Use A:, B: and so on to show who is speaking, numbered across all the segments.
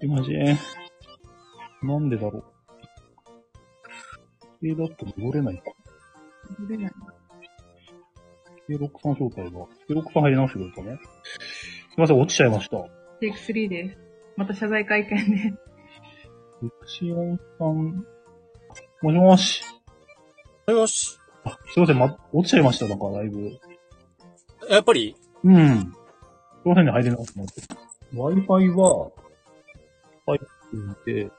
A: しまじえ。なんでだろう。規定だと戻れないか。
B: 戻れない。
A: 計六さん招待が。計六さん入り直してくれたね。すいません、落ちちゃいました。
B: テイク3です。また謝罪会見で。
A: セクシーオンさん。もしもし。
C: よし。
A: あ、すいません、ま、落ちちゃいました、なんか、ライブ。
C: やっぱり、
A: うん。すいませんね、入れなかったなって。Wi-Fi は、入っていて、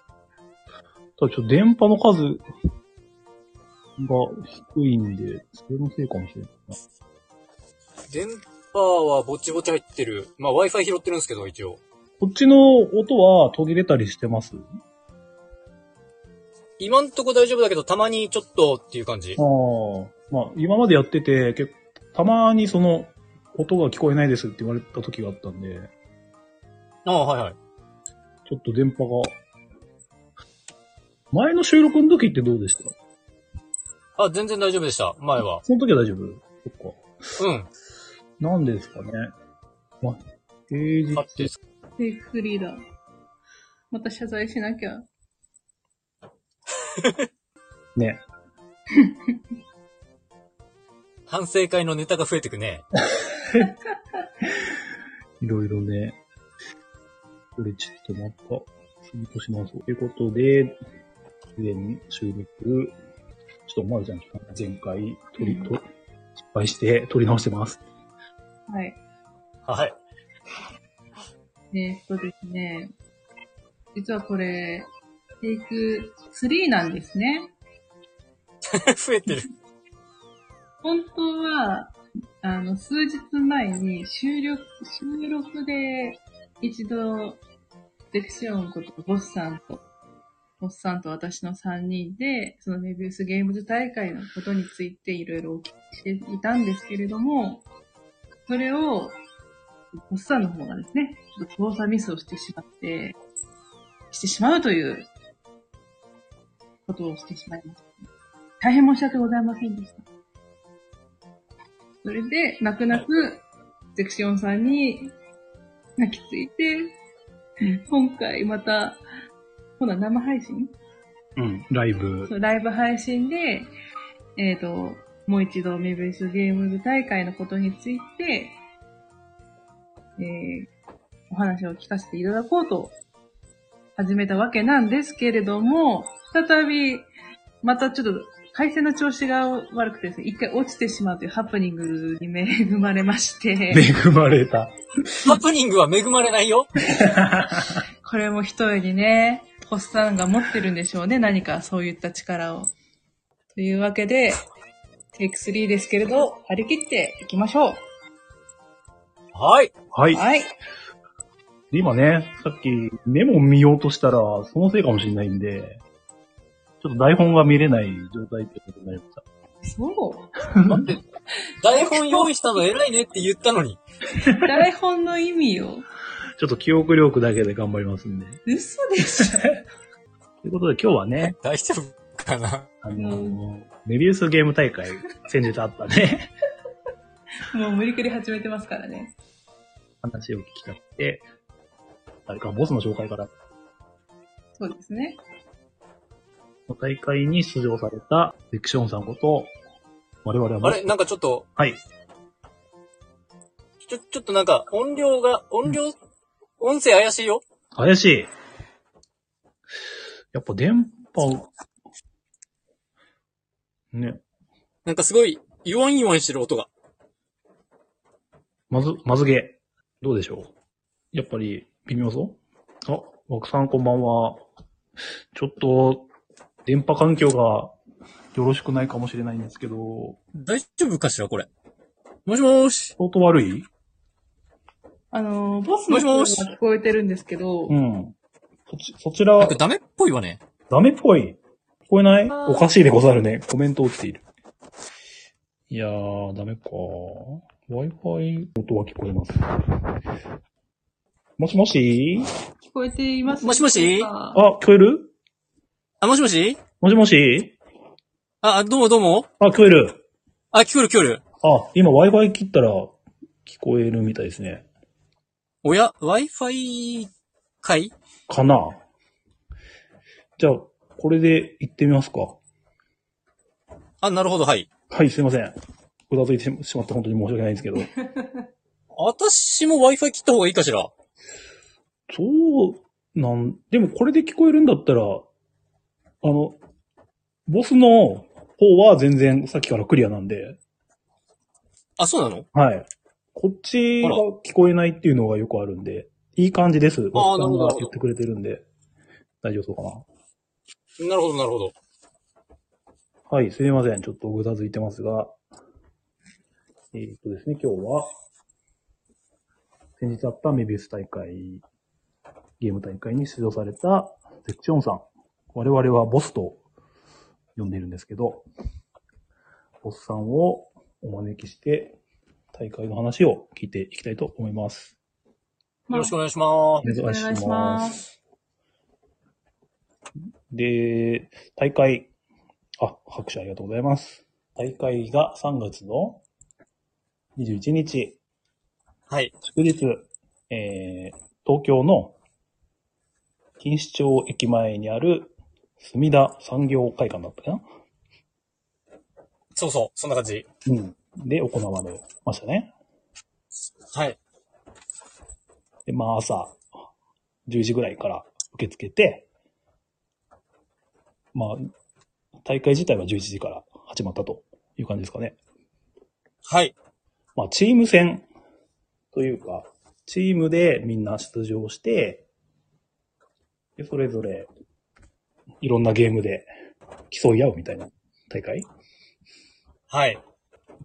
A: ただちょっと電波の数が低いんで、それのせいかもしれないな。
C: 電波はぼちぼち入ってる。まあ Wi-Fi 拾ってるんですけど、一応。
A: こっちの音は途切れたりしてます
C: 今んとこ大丈夫だけど、たまにちょっとっていう感じ
A: あ。あ。まあ、今までやってて、けたまにその、音が聞こえないですって言われた時があったんで、
C: ああ、はいはい。
A: ちょっと電波が。前の収録の時ってどうでした
C: あ、全然大丈夫でした、前は。
A: その時は大丈夫そっか。
C: うん。
A: なんですかね。まあ、平
C: あって
A: 日。
B: テイク3だ。また謝罪しなきゃ。
A: ね。
C: 反省会のネタが増えてくね。
A: いろいろね。これちょっとまた、ツイートします。ということで、前収録、ちょっとまるちゃん、前回、撮り、と、失敗して、撮り直してます。
B: はい。
C: はい。
B: えーっとですね。実はこれ、テイク3なんですね。
C: 増えてる。
B: 本当は、あの、数日前に収録、収録で一度、デクシオンことボスさんと、ボスさんと私の3人で、そのメビウスゲームズ大会のことについていろいろお聞きしていたんですけれども、それを、ボスさんの方がですね、ちょっと操作ミスをしてしまって、してしまうという、ことをしてしまいました。大変申し訳ございませんでした。それで、泣く泣く、ゼクシオンさんに泣きついて、今回また、ほな、生配信
A: うん、ライブ
B: そ。うライブ配信で、えっ、と、もう一度メビウスゲームズ大会のことについて、えーお話を聞かせていただこうと始めたわけなんですけれども、再び、またちょっと回線の調子が悪くてですね、一回落ちてしまうというハプニングに恵まれま して、
A: 恵まれた。
C: ハプニングは恵まれないよ。
B: これも一重にね、ホッサンが持ってるんでしょうね。何かそういった力を。というわけで、テイク3ですけれど、張り切っていきましょう。
C: はい。
A: はい。
B: はい。
A: で今ね、さっきメモ見ようとしたら、そのせいかもしれないんで、ちょっと台本が見れない状態ってことになりました。
B: そう。
C: 待って、台本用意したの偉いねって言ったのに。
B: 台本の意味を。
A: ちょっと記憶力だけで頑張りますんで。
B: 嘘でしょ。
A: ということで今日はね、
C: 大丈夫かな
A: あのーメビウスゲーム大会、先日あったね、
B: もう無理くり始めてますからね。
A: 話を聞きたくて、あれか、ボスの紹介から、
B: そうですね。
A: の大会に出場された、セクションさんこと、我々は
C: あ
A: ボス
C: れなんかちょっと、
A: はい。
C: ちょ、ちょっとなんか音量が、音量、音声怪しいよ。
A: 怪しい。やっぱ電波、ね、
C: なんかすごい、イワンイワンしてる音が。
A: まず、まずげ。どうでしょうやっぱり、微妙そうあ、枠さんこんばんは。ちょっと、電波環境がよろしくないかもしれないんですけど、
C: 大丈夫かしらこれ。もしもーし。
A: 相当悪い
B: あのー、ボスの声が
C: もしもし
B: 聞こえてるんですけど、
A: ん。そち、そち
C: なん
A: ら
C: か、ダメっぽいわね。
A: ダメっぽい。聞こえない
B: あー
A: おかしいでござるね。コメント落ちている。いやー、ダメか。Wi-Fi 音は聞こえます。もしもし
B: 聞こえています
C: もしもし
B: あ
A: あ、聞こえる
C: あ、もしもし
A: もしもし
C: あ、あどうもどうも。
A: あ、聞こえる。
C: あ、聞こえる聞こえる。
A: あ、今 Wi-Fi 切ったら聞こえるみたいですね。
C: おや ?Wi-Fi 会
A: かなじゃあ、これで行ってみますか。
C: あ、なるほど、はい。
A: はい、すいません。うだついてしまって本当に申し訳ないんですけど。
C: 私も Wi-Fi 切った方がいいかしら。
A: そうなん、でもこれで聞こえるんだったら、あの、ボスの方は全然さっきからクリアなんで、
C: あ、そうなの
A: はい。こっちが
C: あら
A: 聞こえないっていうのがよくあるんで、いい感じです。ボスさ
C: な
A: ん
C: るほど
A: が言ってくれてるんで、大丈夫そうかな。
C: なるほど、なるほど。
A: はい、すいません。ちょっとぐたづいてますが。えーっとですね、今日は、先日あったメビウス大会、ゲーム大会に出場されたゼクチョンさん。我々はボスと呼んでいるんですけど、ボスさんをお招きして、大会の話を聞いていきたいと思います。
C: よろしくお願いしま
A: お願いし
B: お願いし
A: ま。
B: ます
A: で、大会、あ、拍手ありがとうございます。大会が3月の21日、
C: す。はい。
A: 祝日、えー、東京の錦糸町駅前にある墨田産業会館だったかな
C: そうそう、そんな感じ。
A: うん。で、行われましたね。
C: はい。
A: で、まあ朝、10時ぐらいから受け付けて、まあ、大会自体は11時から始まったという感じですかね。
C: はい。
A: まあ、チーム戦というか、チームでみんな出場して、でそれぞれ、いろんなゲームで競い合うみたいな大会。
C: はい。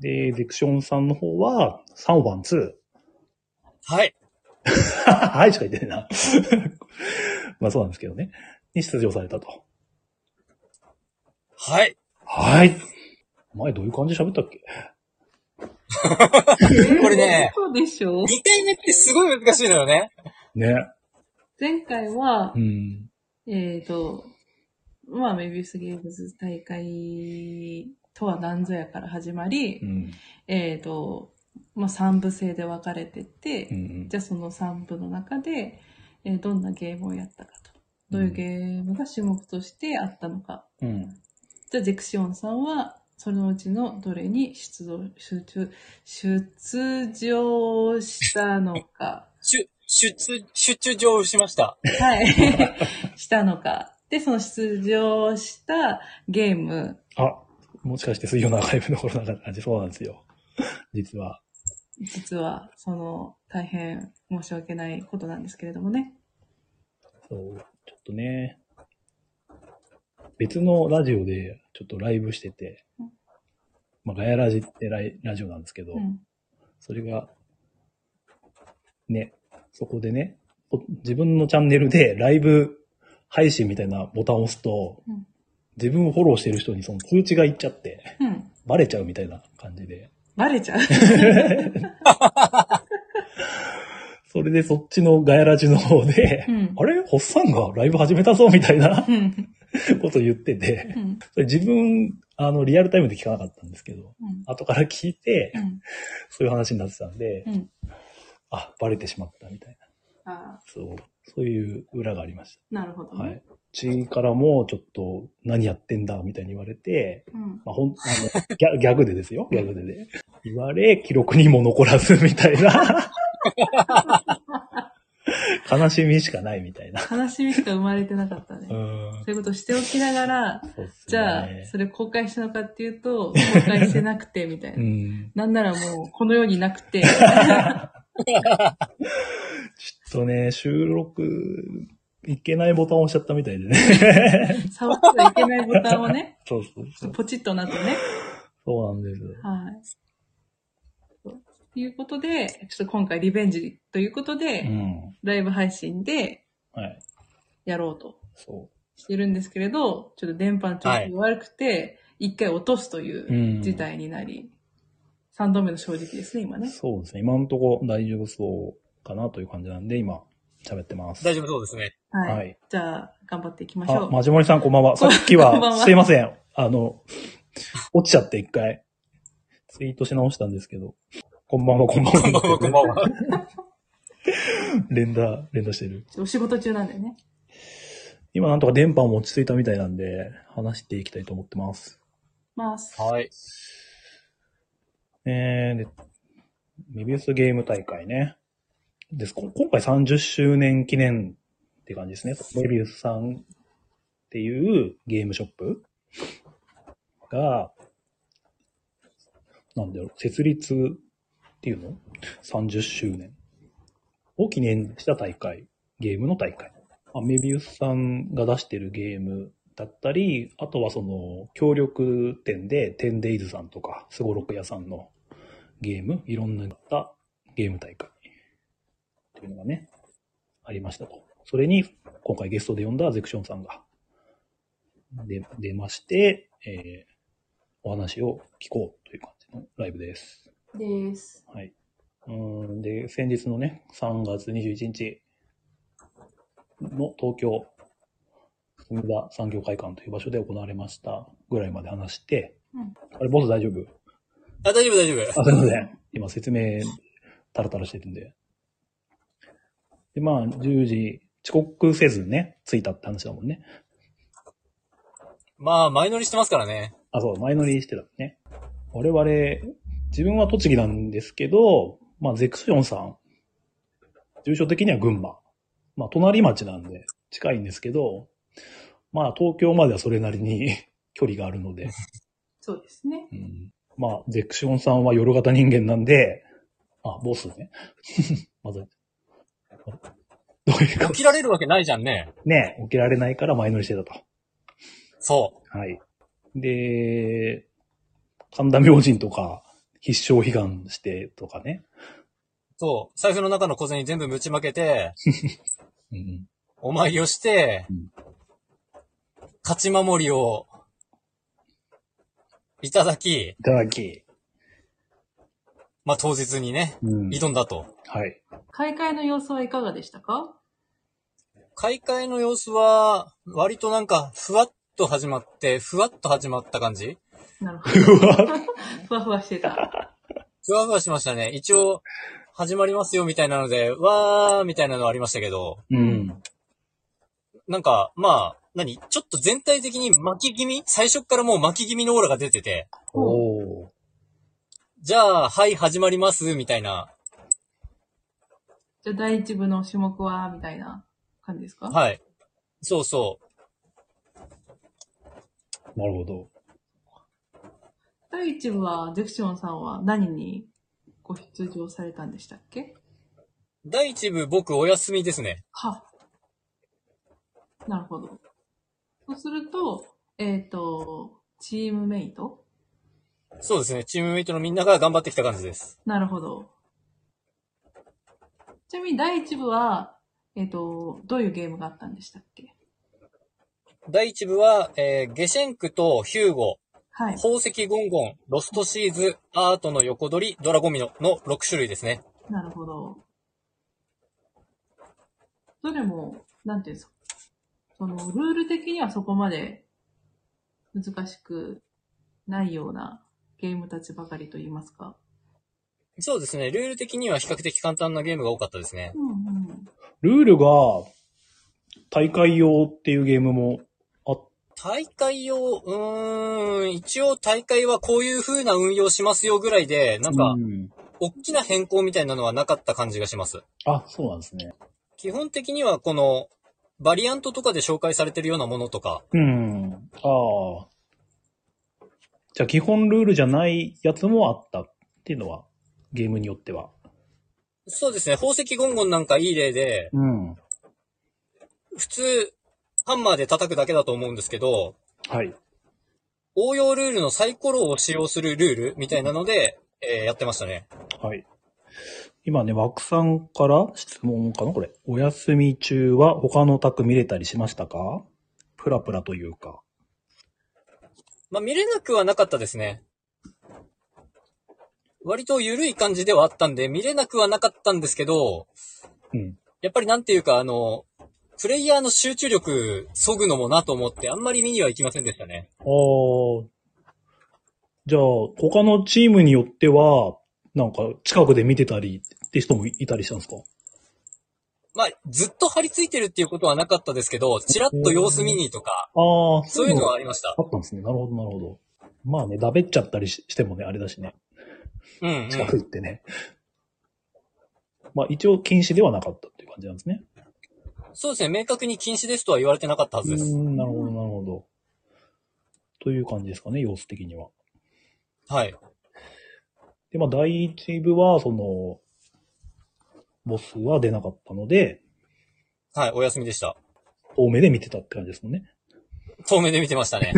A: で、ゼクションさんの方は、3番2。
C: はい。
A: はいしか言ってないな。 まあそうなんですけどね。に出場されたと。
C: はい。
A: はい。前どういう感じで喋ったっけ
C: これね
B: そうでしょ
C: 2回目ってすごい難しいのよね。
A: ね。
B: 前回は
A: う、ん。
B: えっ、と、まあ、メビウスゲームズ大会とは何ぞやから始まり、
A: うん。
B: えっ、と、まあ、3部制で分かれてて、
A: うん
B: じゃあその3部の中で、えーどんなゲームをやったかと。どういうゲームが種目としてあったのか。
A: うん。
B: じゃあゼクシオンさんは、そのうちのどれに出場、出場、出場したの か。
C: 出、出、出場しました。
B: はい。 したのか。で、その出場したゲーム。
A: あ、もしかして水曜のアーカイブの頃な感じそうなんですよ。実は。
B: 実は、その、大変申し訳ないことなんですけれどもね。
A: そう。ちょっとね。別のラジオでちょっとライブしてて
B: うん、
A: まあ、ガヤラジってライラジオなんですけど、
B: うん。
A: それが、ね、そこでね、お自分のチャンネルでライブ配信みたいなボタンを押すと、
B: うん
A: 自分をフォローしてる人にその通知がいっちゃって、
B: うん。
A: バレちゃうみたいな感じで。
B: バレちゃう。
A: それでそっちのガヤラジの方で、
B: うん
A: あれホッサンがライブ始めたぞみたいな
B: うん。
A: こと言ってて、
B: うん。
A: それ自分、あの、リアルタイムで聞かなかったんですけど、
B: うん
A: 後から聞いて
B: う、ん。
A: そういう話になってたんで、
B: うん。
A: あ、バレてしまったみたいな。
B: あ
A: そう、そういう裏がありました。
B: ーなるほどね。
A: はい。うちからも、ちょっと、何やってんだ、みたいに言われて、
B: うん。
A: まあ、ほん、あの、ギャ ギャグでですよ、ギャグでで。言われ、記録にも残らず、みたいな。悲しみしかない、みたいな。
B: 悲しみしか生まれてなかったね。
A: う
B: そ
A: ん。
B: ういうことをしておきながら、
A: そうっすね。
B: じゃあ、それ公開したのかっていうと、公開してなくて、みたいうな。
A: ん。
B: なんならもう、この世になくて。
A: ちょっとね、収録、いけないボタンを押しちゃったみたいでね。
B: 触ってはいけないボタンをね、
A: そうそう そう。
B: ポチッとなってね。
A: そうなんです。
B: はい。ということで、ちょっと今回リベンジということで、
A: うん。
B: ライブ配信で
A: はい。
B: やろうと
A: そ
B: してるんですけれど、ちょっと電波の調子が悪くて、一、回落とすという事態になり、三度目の正直ですね、今
A: う。
B: ね。
A: そうですね。今のところ大丈夫そうかなという感じなんで、今、喋ってます。
C: 大丈夫そうです ね。
B: はい。
A: はい
B: じゃあ、頑張っていきましょ
A: あ、
B: う。
A: まじもりさんこんば んは。さっき
B: こんばん
A: は、
B: は
A: すいません。あの、落ちちゃって一回、ツイートし直したんですけど、こんばんは、こんばん
C: こんばんは、こんば
A: は。
C: んは。
A: 連打、連打してる。
B: お仕事中なんだよね。
A: 今なんとか電波も落ち着いたみたいなんで、話していきたいと思ってます。
D: ます。
C: はい。
A: えー、で、メビウスゲーム大会ね。です。こ今回30周年記念って感じですね。メビウスさんっていうゲームショップが、なんだろう、設立っていうの ?30 周年を記念した大会。ゲームの大会。まあメビウスさんが出してるゲームだったり、あとはその、協力店で、テンデイズさんとか、スゴロク屋さんのゲーム、いろんなゲーム大会というのがね、ありましたと。それに、今回ゲストで呼んだゼクションさんが出出まして、えーお話を聞こうという感じのライブです。
D: です。
A: はい。うーんで、先日のね、3月21日の東京、梅田産業会館という場所で行われましたぐらいまで話して、
D: うん
A: あれ、ボス大丈夫
C: あ、大丈夫大丈夫。
A: あ、すいません。今説明、タラタラしてるんで。で、まあ、10時、遅刻せずね、着いたって話だもんね。
C: まあ、前乗りしてますからね。
A: あ、そう、前乗りしてたね。我々、自分は栃木なんですけど、まあ、ゼクションさん、住所的には群馬。まあ、隣町なんで、近いんですけど、まあ、東京まではそれなりに 距離があるので、
D: そうですね。
A: うんまあ、ゼクシオンさんは夜型人間なんで、あ、ボスね。 まず、どういうか
C: 起、きられるわけないじゃんね。
A: ね、起きられないから前乗りしてたと。
C: そ
A: はい。で、神田明神とか、必勝祈願してとかね。
C: う。そう。財布の中の小銭全部ぶちまけて、
A: うん、
C: お参りをして
A: うん、
C: 勝ち守りを、いただき、
A: いただき。
C: まあ、当日にね、
A: うん、
C: 挑んだと。
A: はい。
D: 開会の様子はいかがでしたか
C: 開会の様子は、割となんか、ふわっと始まって、ふわっと始まった感じ
D: なるほ
A: うわ
D: ど。ふわふわして た。
C: ふわふわしましたね。一応、始まりますよみたいなので、わーみたいなのありましたけど、
A: うん。
C: なんか、まあ、何ちょっと全体的に巻き気味最初からもう巻き気味のオーラが出てて、
A: おー。
C: じゃあ、はい、始まります、みたいな。
D: じゃあ、第一部の種目は、みたいな感じですか
C: はい。そうそう。
A: なるほど。
D: 第一部は、ゼクションさんは何にご出場されたんでしたっけ
C: 第一部、僕、お休みですね。
D: は。なるほど。そうすると、えっ、と、チームメイト
C: そうですね。チームメイトのみんなが頑張ってきた感じです。
D: なるほど。ちなみに第一部は、えっ、と、どういうゲームがあったんでしたっけ
C: 第一部は、えー、ゲシェンクとヒューゴ、
D: はい。
C: 宝石ゴンゴン、ロストシーズ、アートの横取り、ドラゴミノの6種類ですね。
D: なるほど。どれも、なんていうんですか。その、ルール的にはそこまで難しくないようなゲームたちばかりと言いますか。
C: そうですね。ルール的には比較的簡単なゲームが多かったですね。
D: うんうん。
A: ルールが、大会用っていうゲームもあっ
C: 大会用、うーん、一応大会はこういう風な運用しますよぐらいで、なんか
A: う、ん
C: 大きな変更みたいなのはなかった感じがします。
A: あ、そうなんですね。
C: 基本的にはこの、バリアントとかで紹介されてるようなものとか、
A: うん。ああ。じゃあ基本ルールじゃないやつもあったっていうのは、ゲームによっては。
C: そうですね、宝石ゴンゴンなんかいい例で、
A: うん。は
C: 普通、ハンマーで叩くだけだと思うんですけど、
A: い。
C: 応用ルールのサイコロを使用するルールみたいなので、えーやってましたね。
A: はい。今ね、枠さんから質問かなこれ。お休み中は他の宅見れたりしましたかプラプラというか。
C: まあ、見れなくはなかったですね。割と緩い感じではあったんで、見れなくはなかったんですけど、
A: うん。
C: やっぱりなんていうか、あの、プレイヤーの集中力、削ぐのもなと思って、あんまり見には行きませんでしたね。
A: ああ。じゃあ、他のチームによっては、なんか近くで見てたりって人もいたりしたんですか
C: まあ、ずっと張り付いてるっていうことはなかったですけど、ちらっと様子見にとか、
A: ああ、
C: そういうのはありました。
A: あったんですね。なるほど、なるほど。まあね、だべっちゃったりししてもね、あれだしね。
C: うん、う
A: 近く
C: ん。
A: 行ってね。まあ一応禁止ではなかったっていう感じなんですね。
C: そうですね、明確に禁止ですとは言われてなかったはず
A: う
C: です。
A: ん、なるほど、なるほど。という感じですかね、様子的には。
C: はい。
A: で、まあ第一部は、その、ボスは出なかったので、
C: はい、お休みでした。
A: 多めで見てたって感じですもんね。
C: 遠目で見てましたね。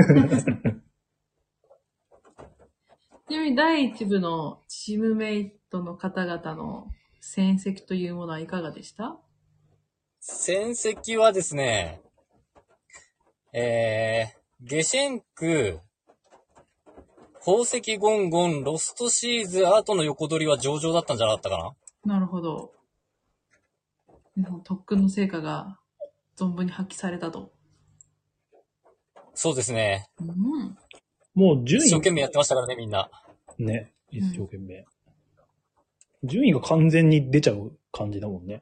B: ちなみに第一部のチームメイトの方々の戦績というものはいかがでした
C: 戦績はですね、えー、ゲシェンク、宝石ゴンゴン、ロストシーズ、アートの横取りは上々だったんじゃなかったかな
B: なるほど。皆さん特訓の成果が存分に発揮されたと。
C: そうですね。
B: うん。
A: もう順
C: 一生懸
A: 位、
C: 命やってましたからね、みんな。
A: ね、一生懸命。順位が完全に出ちゃう感じだもんね。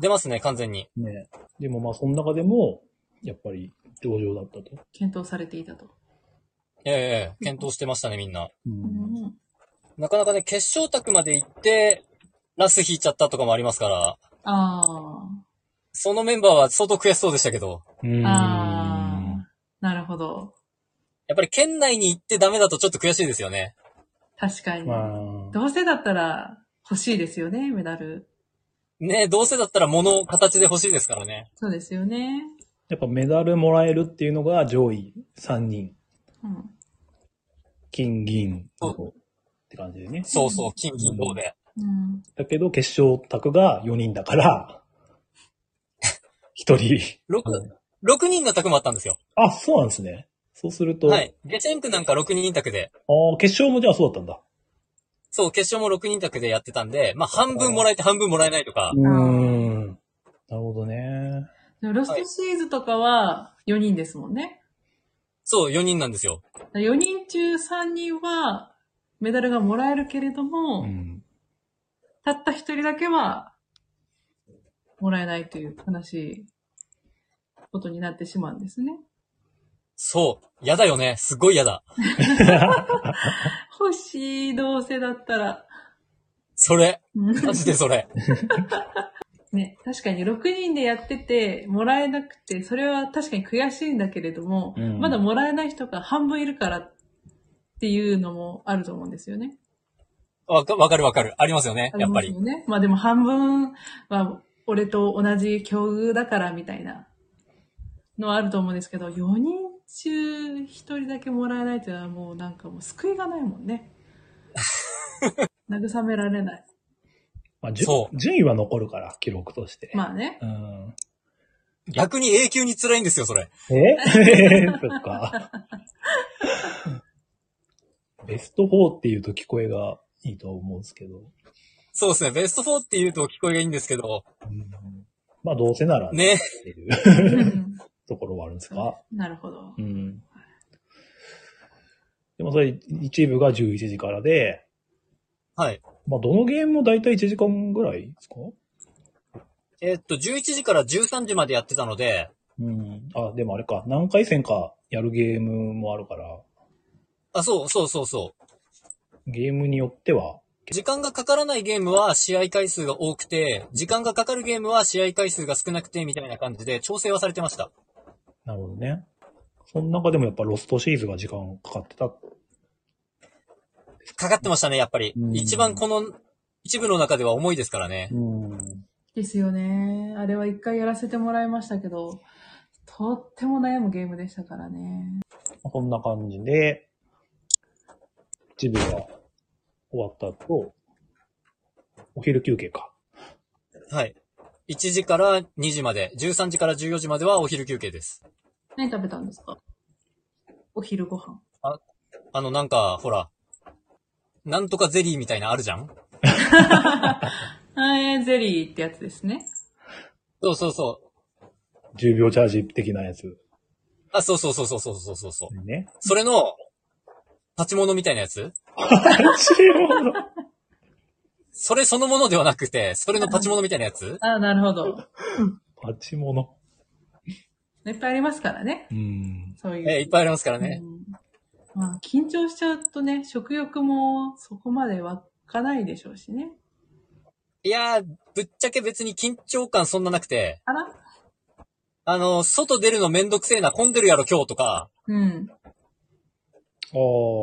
C: 出ますね、完全に。
A: ね。でもまあその中でも、やっぱり上々だったと。
B: 検討されていたと。
C: ええええ検討してましたね、みんな。
A: う。
B: うんん。
C: なかなかね、決勝卓まで行って、ラス引いちゃったとかもありますから、
B: あ
C: そのメンバーは相当悔しそうでしたけど、
A: う
B: あ。
A: ん
B: ああ。なるほど。
C: やっぱり県内に行ってダメだとちょっと悔しいですよね。
B: 確かに。
A: まあ、
B: どうせだったら欲しいですよね、メダル。
C: ねえどうせだったら物、形で欲しいですからね。
B: そうですよね。
A: やっぱメダルもらえるっていうのが上位3人。
B: うん。
A: 金、銀、銅って感じでね。
C: そうそう、金銀銅で。
B: うん。
A: だけど決勝卓が4人だから、1人。
C: 6、6人の卓もあったんですよ。
A: あ、そうなんですね。そうすると、
C: はい。ゲチェンクなんか6人卓で。
A: ああ、決勝もじゃあそうだったんだ。
C: そう、決勝も6人卓でやってたんで、まあ半分もらえて半分もらえないとか
A: う、ーん。なるほどね。
B: でもロストシーズとかは4人ですもんね。
C: そう、4人なんですよ。
B: 4人中3人はメダルがもらえるけれども、
A: うん。
B: たった1人だけはもらえないという悲しいことになってしまうんですね。
C: そう、やだよね。すごいやだ。
B: 欲しい、どうせだったら。
C: それ、
B: うん
C: マジで それ。
B: ね、確かに6人でやってて、もらえなくて、それは確かに悔しいんだけれども、
A: うん
B: まだもらえない人が半分いるからっていうのもあると思うんですよね。
C: わかわかるわかる。ありますよね
B: あ。
C: やっぱ
B: ます
C: り。
B: よね。まあでも半分は俺と同じ境遇だからみたいなのはあると思うんですけど、4人中1人だけもらえないっていうのはもうなんかもう救いがないもん ね。慰められない。
A: まあ、順
C: そ
A: 順位は残るから、記録として。
B: まあ ね。
A: うん。
C: 逆に永久に辛いんですよ、それ。
A: え そっか。ベスト4っていうと聞こえがいいと思うんですけど。
C: そうですね。ベスト4って言うと聞こえがいいんですけど、
A: うんまあ、どうせならっ
C: ね。
A: ていう
B: うん
A: ところはあるんですか。
B: なるほど
A: う。ん。でもそれ、一部が11時からで、
C: はい。
A: まあ、どのゲームもだいたい1時間ぐらいですか
C: えっと、11時から13時までやってたので、
A: うん。あ、でもあれか、何回戦かやるゲームもあるから、
C: あ、そう、そうそうそう。
A: ゲームによっては、
C: 時間がかからないゲームは試合回数が多くて、時間がかかるゲームは試合回数が少なくて、みたいな感じで調整はされてました。
A: なるほどね。その中でもやっぱロストシーズが時間かかってた。
C: かかってましたね、やっぱり
A: う。ん
C: 一番この、一部の中では重いですからね。
A: うん。
B: ですよね。あれは一回やらせてもらいましたけど、とっても悩むゲームでしたからね。
A: こんな感じで、一部が終わった後、お昼休憩か。
C: はい。1時から2時まで、13時から14時まではお昼休憩です。
B: 何食べたんですかお昼ご飯。
C: あの、なんか、ほら、なんとかゼリーみたいなあるじゃん
B: あえーゼリーってやつですね。
C: そうそうそう。
A: 10秒チャージ的なやつ。
C: あ、そうそうそうそうそうそうそうそう。
A: ね。
C: それの、立ち物みたいなやつ
A: 立ち物
C: それそのものではなくて、それのパチモノみたいなやつ
B: ああ、なるほど。
A: パチモノ。
B: いっぱいありますからね。
A: うん。
B: そういう。
C: え、いっぱいありますからね。
B: うんまあ、緊張しちゃうとね、食欲もそこまで湧かないでしょうしね。
C: いやー、ぶっちゃけ別に緊張感そんななくて、
B: あら
C: あの、外出るのめんどくせえな、混んでるやろ今日とか、
B: うん。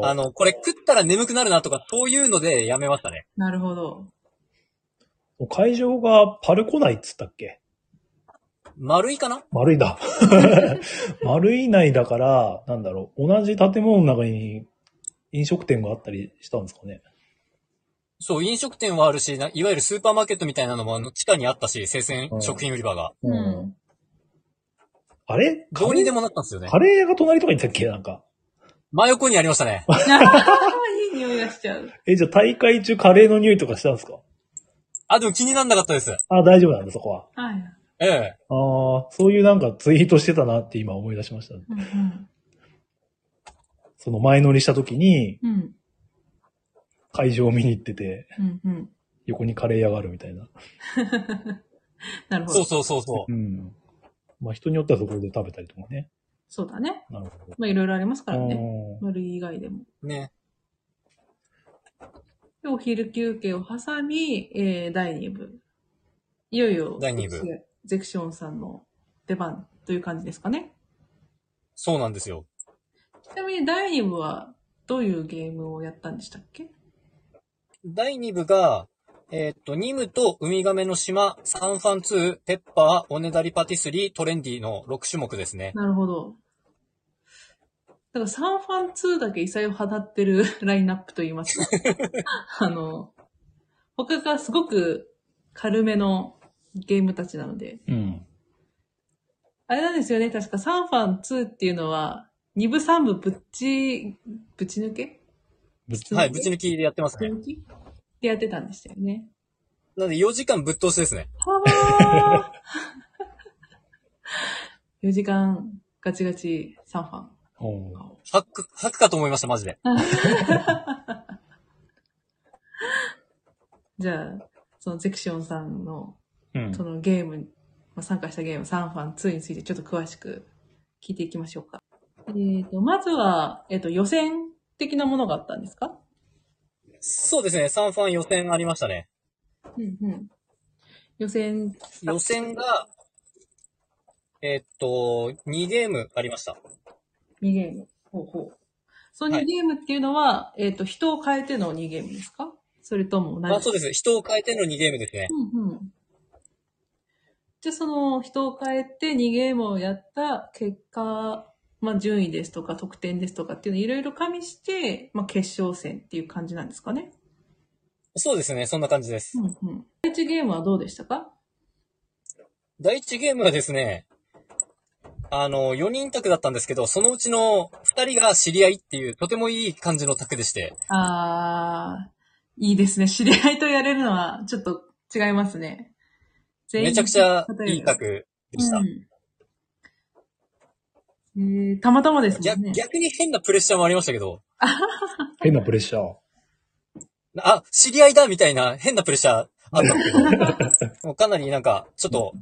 A: あ
C: あ
A: あ。
C: の、これ食ったら眠くなるなとか、そういうのでやめましたね。
B: なるほど。
A: 会場がパルコ内っつったっけ
C: 丸いかな
A: 丸い だ。丸い内だから、なんだろう。同じ建物の中に飲食店があったりしたんですかね。
C: そう、飲食店はあるし、ないわゆるスーパーマーケットみたいなのもあの地下にあったし、生鮮
A: うん
C: 食品売り場が。
B: うん。
A: あれ
C: ど
A: カ
C: うに
A: レ
C: で
A: ー
C: もなったんですよね。
A: カレーが隣とかにいたっけなんか。
C: 真横にありましたね。
B: いい匂いがしちゃう。
A: え、じゃあ大会中カレーの匂いとかしたんですか
C: あ、でも気になんなかったです。
A: あ、大丈夫なんだ、そこは。
B: はい。
C: ええ。
A: ああ、そういうなんかツイートしてたなって今思い出しました。
B: うんうん。
A: その前乗りした時に
B: うん。
A: 会場を見に行ってて、
B: うんうん。
A: 横にカレー屋があるみたいな。
B: なるほど。
C: そ
B: そう
C: うそうそうそう。
A: ん。まあ人によってはそこで食べたりとかね。
B: だね。
A: なるほど。
B: まあ、いろいろありますからね。
A: うん
B: 丸い以外でも。
C: ね。
B: で、お昼休憩を挟み、えー、第2部。いよいよ、
C: 第二部
B: ゼクションさんの出番という感じですかね。
C: そうなんですよ。
B: ちなみに第2部は、どういうゲームをやったんでしたっけ
C: 第2部が、えーっと、ニムとウミガメの島、サンファン2、ペッパー、おねだりパティスリー、トレンディの6種目ですね。
B: なるほど。だからサンファン2だけ異彩を放ってる ラインナップと言います か。あの、他がすごく軽めのゲームたちなので。
A: うん。
B: あれなんですよね、確かサンファン2っていうのは、2部3部ぶっち、ぶち抜け
A: ぶっ
B: 質問
C: はい、ぶち抜きでやってますね。
B: 本気ってやってたんでしたよね。
C: なので4時間ぶっ通しですね。
B: はぁ !4 時間ガチガチサンファン。
A: おう
C: ハック、ハックかと思いました、マジで。
B: じゃあ、そのゼクシオンさんの
A: うん
B: そのゲーム、まあ、参加したゲームサンファン2についてちょっと詳しく聞いていきましょうか。えー、と、まずは、えっ、と、予選的なものがあったんですか
C: そうですね、サンファン予選ありましたね。
B: うんうん。予選、
C: 予選が、えーっと、2ゲームありました。
B: 2ゲーム。ほうほう。その
C: は
B: 2
C: い
B: ゲームっていうのは、えっ、と、人を変えての2ゲームですかそれとも同じ
C: あそうです。人を変えての2ゲームですね。
B: うんうん。じゃあその人を変えて2ゲームをやった結果、まあ順位ですとか得点ですとかっていうのいろいろ加味して、まあ決勝戦っていう感じなんですかね。
C: そうですね。そんな感じです。
B: うんうん。第1ゲームはどうでしたか
C: 第1ゲームはですね、あの、4人卓だったんですけど、そのうちの2人が知り合いっていう、とてもいい感じの卓でして、
B: あー、いいですね。知り合いとやれるのはちょっと違いますね。
C: めちゃくちゃいい
B: 格
C: 卓でした。
B: うんえーたまたまですも
C: 逆
B: んね。
C: 逆に変なプレッシャーもありましたけど、
A: 変なプレッシャー。
C: あ、知り合いだみたいな変なプレッシャーあった んですけど、もうかなりなんか、ちょっと、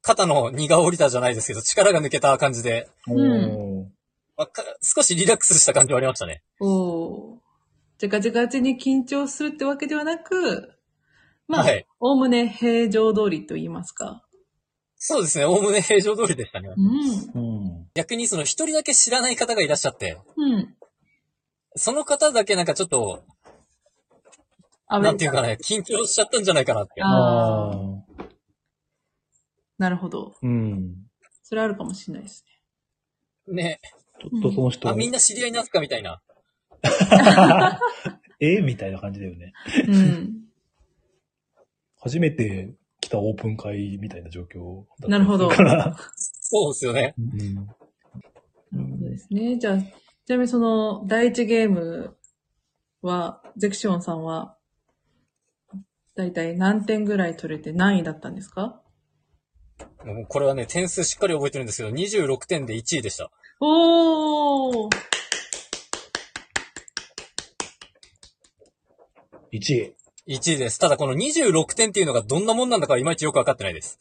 C: 肩の荷が下りたじゃないですけど、力が抜けた感じで、
B: うん
A: おう
C: まあか少しリラックスした感じはありましたね。
B: おー。じゃかじゃかちに緊張するってわけではなく、まあ
C: はい、
B: おおむね平常通りと言いますか。
C: そうですね、おおむね平常通りでしたね。
B: うん。
A: うん。
C: 逆にその一人だけ知らない方がいらっしゃって、
B: うん。
C: その方だけなんかちょっと、
B: あ
C: なんていうかね、緊張しちゃったんじゃないかなって。
B: あー
A: ああ。
B: なるほど。
A: うん。
B: それあるかもしれないです
C: ね。
A: ちょっとその人
C: あ、みんな知り合いになすかみたいな。
A: えみたいな感じだよね。
B: ね。うん。
A: 初めて来たオープン会みたいな状況だった
B: な るほど
A: から。
C: そうですよね。
A: うん。
B: なるほどですね。じゃあ、ちなみにその、第一ゲームは、ゼクシオンさんは、だいたい何点ぐらい取れて何位だったんですか
C: もうこれはね、点数しっかり覚えてるんですけど、26点で1位でした。
B: おー
A: 1位。
C: 1位です。ただこの26点っていうのがどんなもんなんだかいまいちよくわかってないです。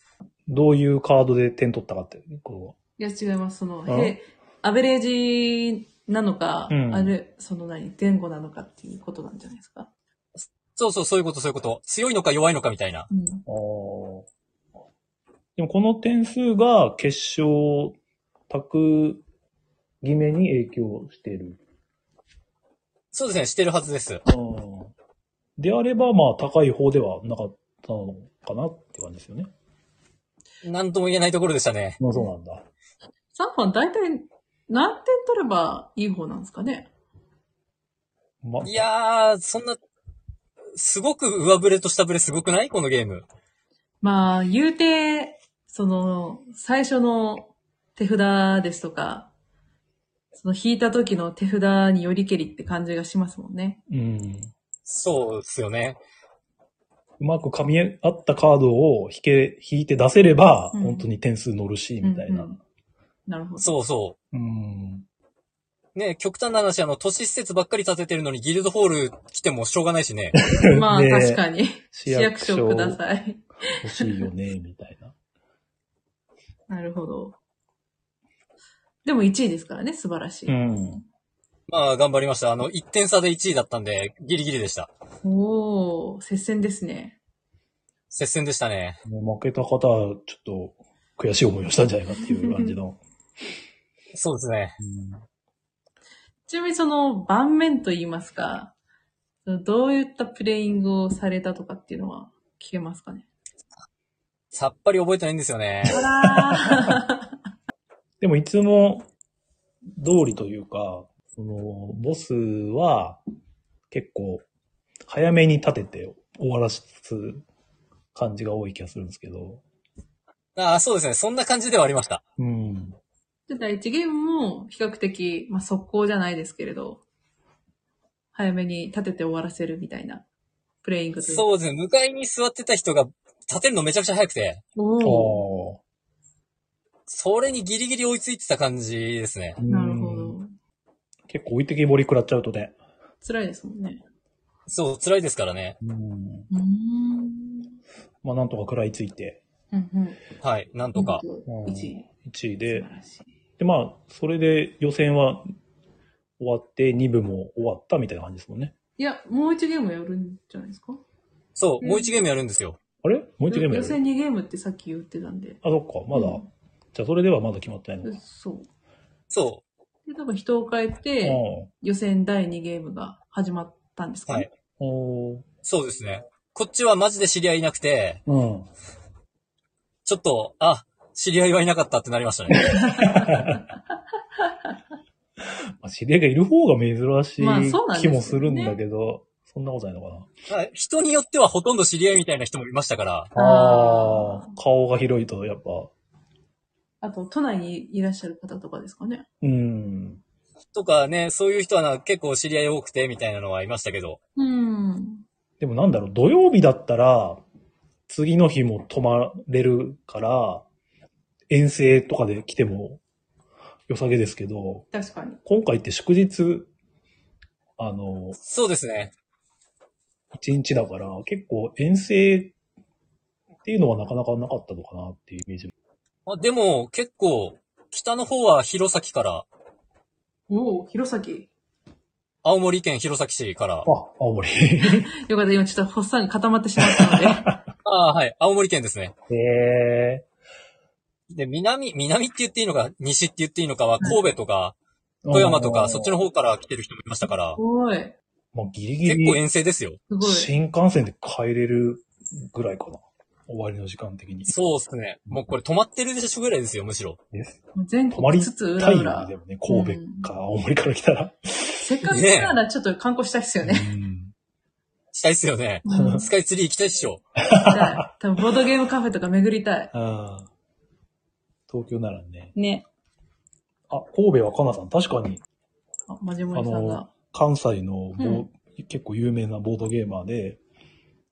A: どういうカードで点取ったかって、こ
B: いや、違います。その、
A: あ
B: へアベレージなのか、
A: うん
B: あれ、その何、前後なのかっていうことなんじゃないですか。
C: そうそう、そういうこと、そういうこと。強いのか弱いのかみたいな。
B: うん。
A: う。ああ。でもこの点数が決勝、卓決めに影響している。
C: そうですね、してるはずです。
A: うんであれば、まあ、高い方ではなかったのかなって感じですよね。
C: なんとも言えないところでしたね。
A: まあ、そうなんだ。
B: 3本大体何点取ればいい方なんですかね。
A: まあ
C: い、やー、そんな、すごく上振れと下振れすごくないこのゲーム。
B: まあ、言うて、その、最初の手札ですとか、その引いた時の手札によりけりって感じがしますもんね。
A: うん。
C: そうですよね。
A: うまく噛み合ったカードを引け、引いて出せれば、
B: うん
A: 本当に点数乗るし、みたいな。
B: う
A: うん
B: うん
A: ん。
B: なるほど。
C: そうそ
A: うん。
C: う。ね極端な話、あの、都市施設ばっかり建ててるのにギルドホール来てもしょうがないし ね。
B: まあ、
A: ね
B: 確かに。
A: 市
B: 市
A: 役
B: 役
A: 所
B: 所ください。
A: 欲しいよね、みたいな。
B: なるほど。でも1位ですからね、素晴らしい。
A: うん。
C: まあ、頑張りました。あの、1点差で1位だったんで、ギリギリでした。
B: おー、接戦ですね。
C: 接戦でしたね。
A: 負けた方は、ちょっと、悔しい思いをしたんじゃないかっていう感じの。
C: そうですね。
A: うん
B: ちなみにその盤面といいますか、どういったプレイングをされたとかっていうのは聞けますかね。
C: さっぱり覚えてないんですよね。
B: ほら
A: でも、いつも、通りというか、その、ボスは、結構、早めに立てて終わらす感じが多い気がするんですけど。
C: ああ、そうですね。そんな感じではありました。
A: うん。
B: ー第1ゲームも比較的、まあ、速攻じゃないですけれど、早めに立てて終わらせるみたいなプレイングというか
C: そうですね。向かいに座ってた人が立てるのめちゃくちゃ早くて、
B: おー
A: ああ。
C: それにギリギリ追いついてた感じですね。
B: なるほ
A: うん
B: ど。
A: 結構置いてきぼり食らっちゃうとね。
B: 辛いですもんね。
C: そう、辛いですからね。
A: うん。
B: うーん。
A: まあ、なんとか食らいついて、
B: うんうん。
C: はい、なんとか。
A: うん
B: 1位。
A: 1位
B: 素晴
A: で。
B: らしい。
A: で、まあ、それで予選は終わって、2部も終わったみたいな感じですもんね。
B: いや、もう1ゲームやるんじゃないですか
C: そう、もう一ゲームやるんですよ。
A: あれもう1ゲームや
B: 予
A: る
B: 選2ゲームってさっき言ってたんで。
A: あ、そっか、まだ。
B: うん
A: じゃあ、それではまだ決まってないのか。
B: そ。
C: そ
B: で、
C: う
B: 多分人を変え
A: う
B: て、
A: ん。
B: 予選第2ゲームが始まったんですかね。
C: はい
A: おー
C: う、そうですね。こっちはマジで知り合いいなくて、
A: うん。
C: ちょっと、あ、知り合いはいなかったってなりましたね。
A: まあ、知り合いがいる方が珍し
B: まあそうなん
A: い
B: です
A: 気
B: よね
A: もするんだけど、そんなことないのかな。
C: はい人によってはほとんど知り合いみたいな人もいましたから、
A: あ
B: あー
A: あー、顔が広いと、やっぱ、
B: あと、都内にいらっしゃる方とかですかね。
A: うん。
C: とかね、そういう人はな結構知り合い多くてみたいなのはいましたけど、
B: うん。
A: でもなんだろう、土曜日だったら、次の日も泊まれるから、遠征とかで来ても良さげですけど、
B: 確かに。
A: 今回って祝日、あの、
C: そうですね。
A: 1日だから、結構遠征っていうのはなかなかなかったのかなっていうイメージ。
C: あでも、結構、北の方は弘前から、
B: おお、弘前。
C: 青森県弘前市から
A: あ、、青森。へ
B: よかった、今ちょっと発散が固まってしまったので。
C: ああ、はい。青森県ですね。
A: え。
C: で、南、南って言っていいのか、西って言っていいのかは、神戸とか、富山と
A: あ
C: か、
A: ー
C: そっちの方から来てる人もいましたから
B: す、ごい。す
A: まあ、ギリギ
C: 結構
A: リ、
C: 遠征ですよ。
B: ごい。
A: 新幹線で帰れるぐらいかな。終わりの時間的に。
C: そうですね。もうこれ止まってるでしょぐらいですよ、むしろ。
B: もう全
A: 泊まり
B: 国つつ裏
A: 太陽
B: 裏
A: で。もね、神戸か青森から来たら。
B: せっかくならちょっと観光したいっすよね。
A: うん
C: したいっすよね。
B: うん
C: スカイツリー行きたいっしょ。
B: たい多分ボードゲームカフェとか巡りたい。
A: ああ東京ならね。
B: ね。
A: あ、神戸はかなさん、確かに
B: あ、マジモリさん
A: あ
B: が。
A: 関西のボー、
B: うん
A: 結構有名なボードゲーマーで、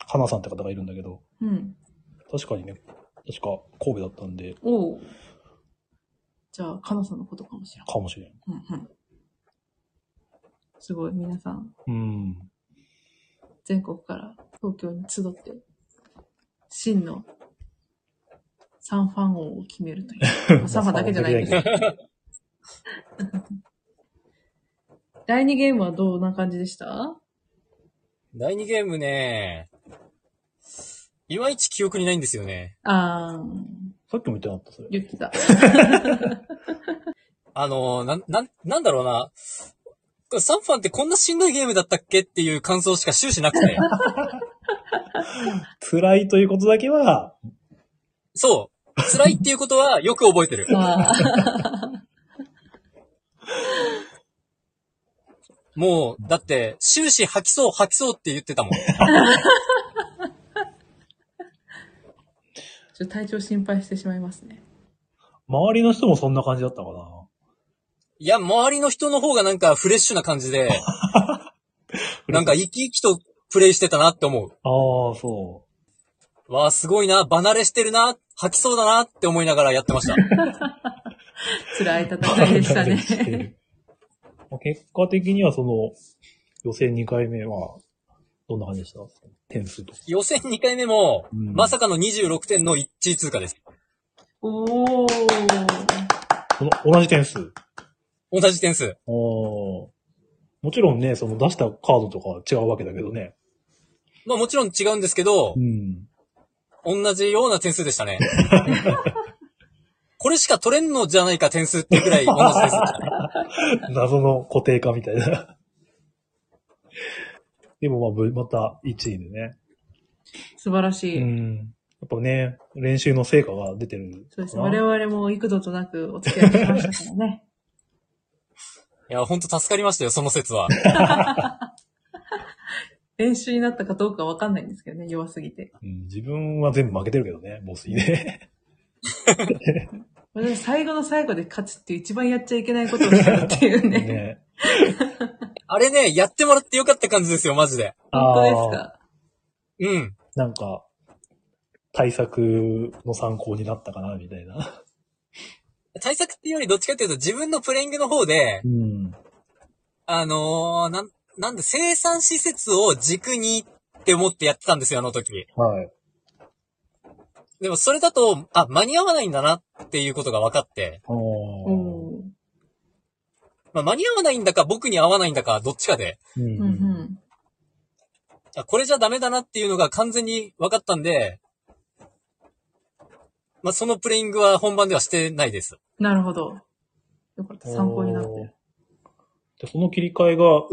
A: かなさんって方がいるんだけど、
B: うん。
A: 確かにね、確か神戸だったんで、
B: おうじゃあ、かなさんのことかもしれ
A: かもしれん。
B: ない。うんうん。すごい、皆さん、
A: うん。
B: 全国から東京に集って、真の三ファン王を決めると いう。サンファンだけじゃないけど。第2ゲームはどんな感じでした
C: 第2ゲームね、いまいち記憶にないんですよね。
B: あー、
A: さっきも言ってなかった、それ。
B: 言ってた。
C: あの、なん、なん、なんだろうな。これサンファンってこんなしんどいゲームだったっけっていう感想しか終始なくて。
A: 辛いということだけは、
C: そう。辛いっていうことはよく覚えてる。
B: あー
C: もう、だって、終始吐きそう吐きそうって言ってたもん。
B: ちょっと体調心配してしまいますね。
A: 周りの人もそんな感じだったかな。
C: いや、周りの人の方がなんかフレッシュな感じで、なんか生き生きとプレイしてたなって思う。
A: ああ、そ。
C: わあ、すごいな、離れしてるな、吐きそうだなって思いながらやってました。
B: 辛いう戦い でした
A: 判断 して
B: ね。
A: るまあ結果的にはその、予選2回目は、どんな感じでした点数と。
C: 予選2回目も、
A: うん
C: まさかの26点の一致通過です。
B: おー。
A: その、同じ点数。あ
C: 同じ点数。
A: あ。もちろんね、その出したカードとかは違うわけだけどね。
C: まあもちろん違うんですけど
A: う、ん。
C: 同じような点数でしたね。 これしか取れんのじゃないか点数っていうくらい同じ点数でし たね。
A: 謎の固定化みたいな。でもまあぶ、また1位でね。
B: 素晴らしい。
A: うん。やっぱね、練習の成果が出てるかな。
B: そうですね。我々も幾度となくお付き合いしましたから ね。
C: いや、ほんと助かりましたよ、その説は。
B: 練習になったかどうかわかんないんですけどね、弱すぎて。
A: うん自分は全部負けてるけどね、ボスにね。
B: 私最後の最後で勝つっていう一番やっちゃいけないことをしたっていう ね。
A: ね。
C: あれね、やってもらってよかった感じですよ、マジで。
B: 本当ですか
C: うん。
A: なんか、対策の参考になったかな、みたいな。
C: 対策っていうよりどっちかっていうと自分のプレイングの方で
A: う、ん。
C: あのー、なん、なんで、生産施設を軸にって思ってやってたんですよ、あの時。
A: はい。
C: でもそれだと、あ、間に合わないんだなっていうことが分かって、
A: あ
B: う
A: ー
B: ん。
C: まあ、間に合わないんだか僕に合わないんだかどっちかで、
A: う。
B: うんん
C: あこれじゃダメだなっていうのが完全に分かったんで、まあ、そのプレイングは本番ではしてないです。
B: なるほど。よかった。参考になっ
A: おー
B: て。
A: でその切り替えがう、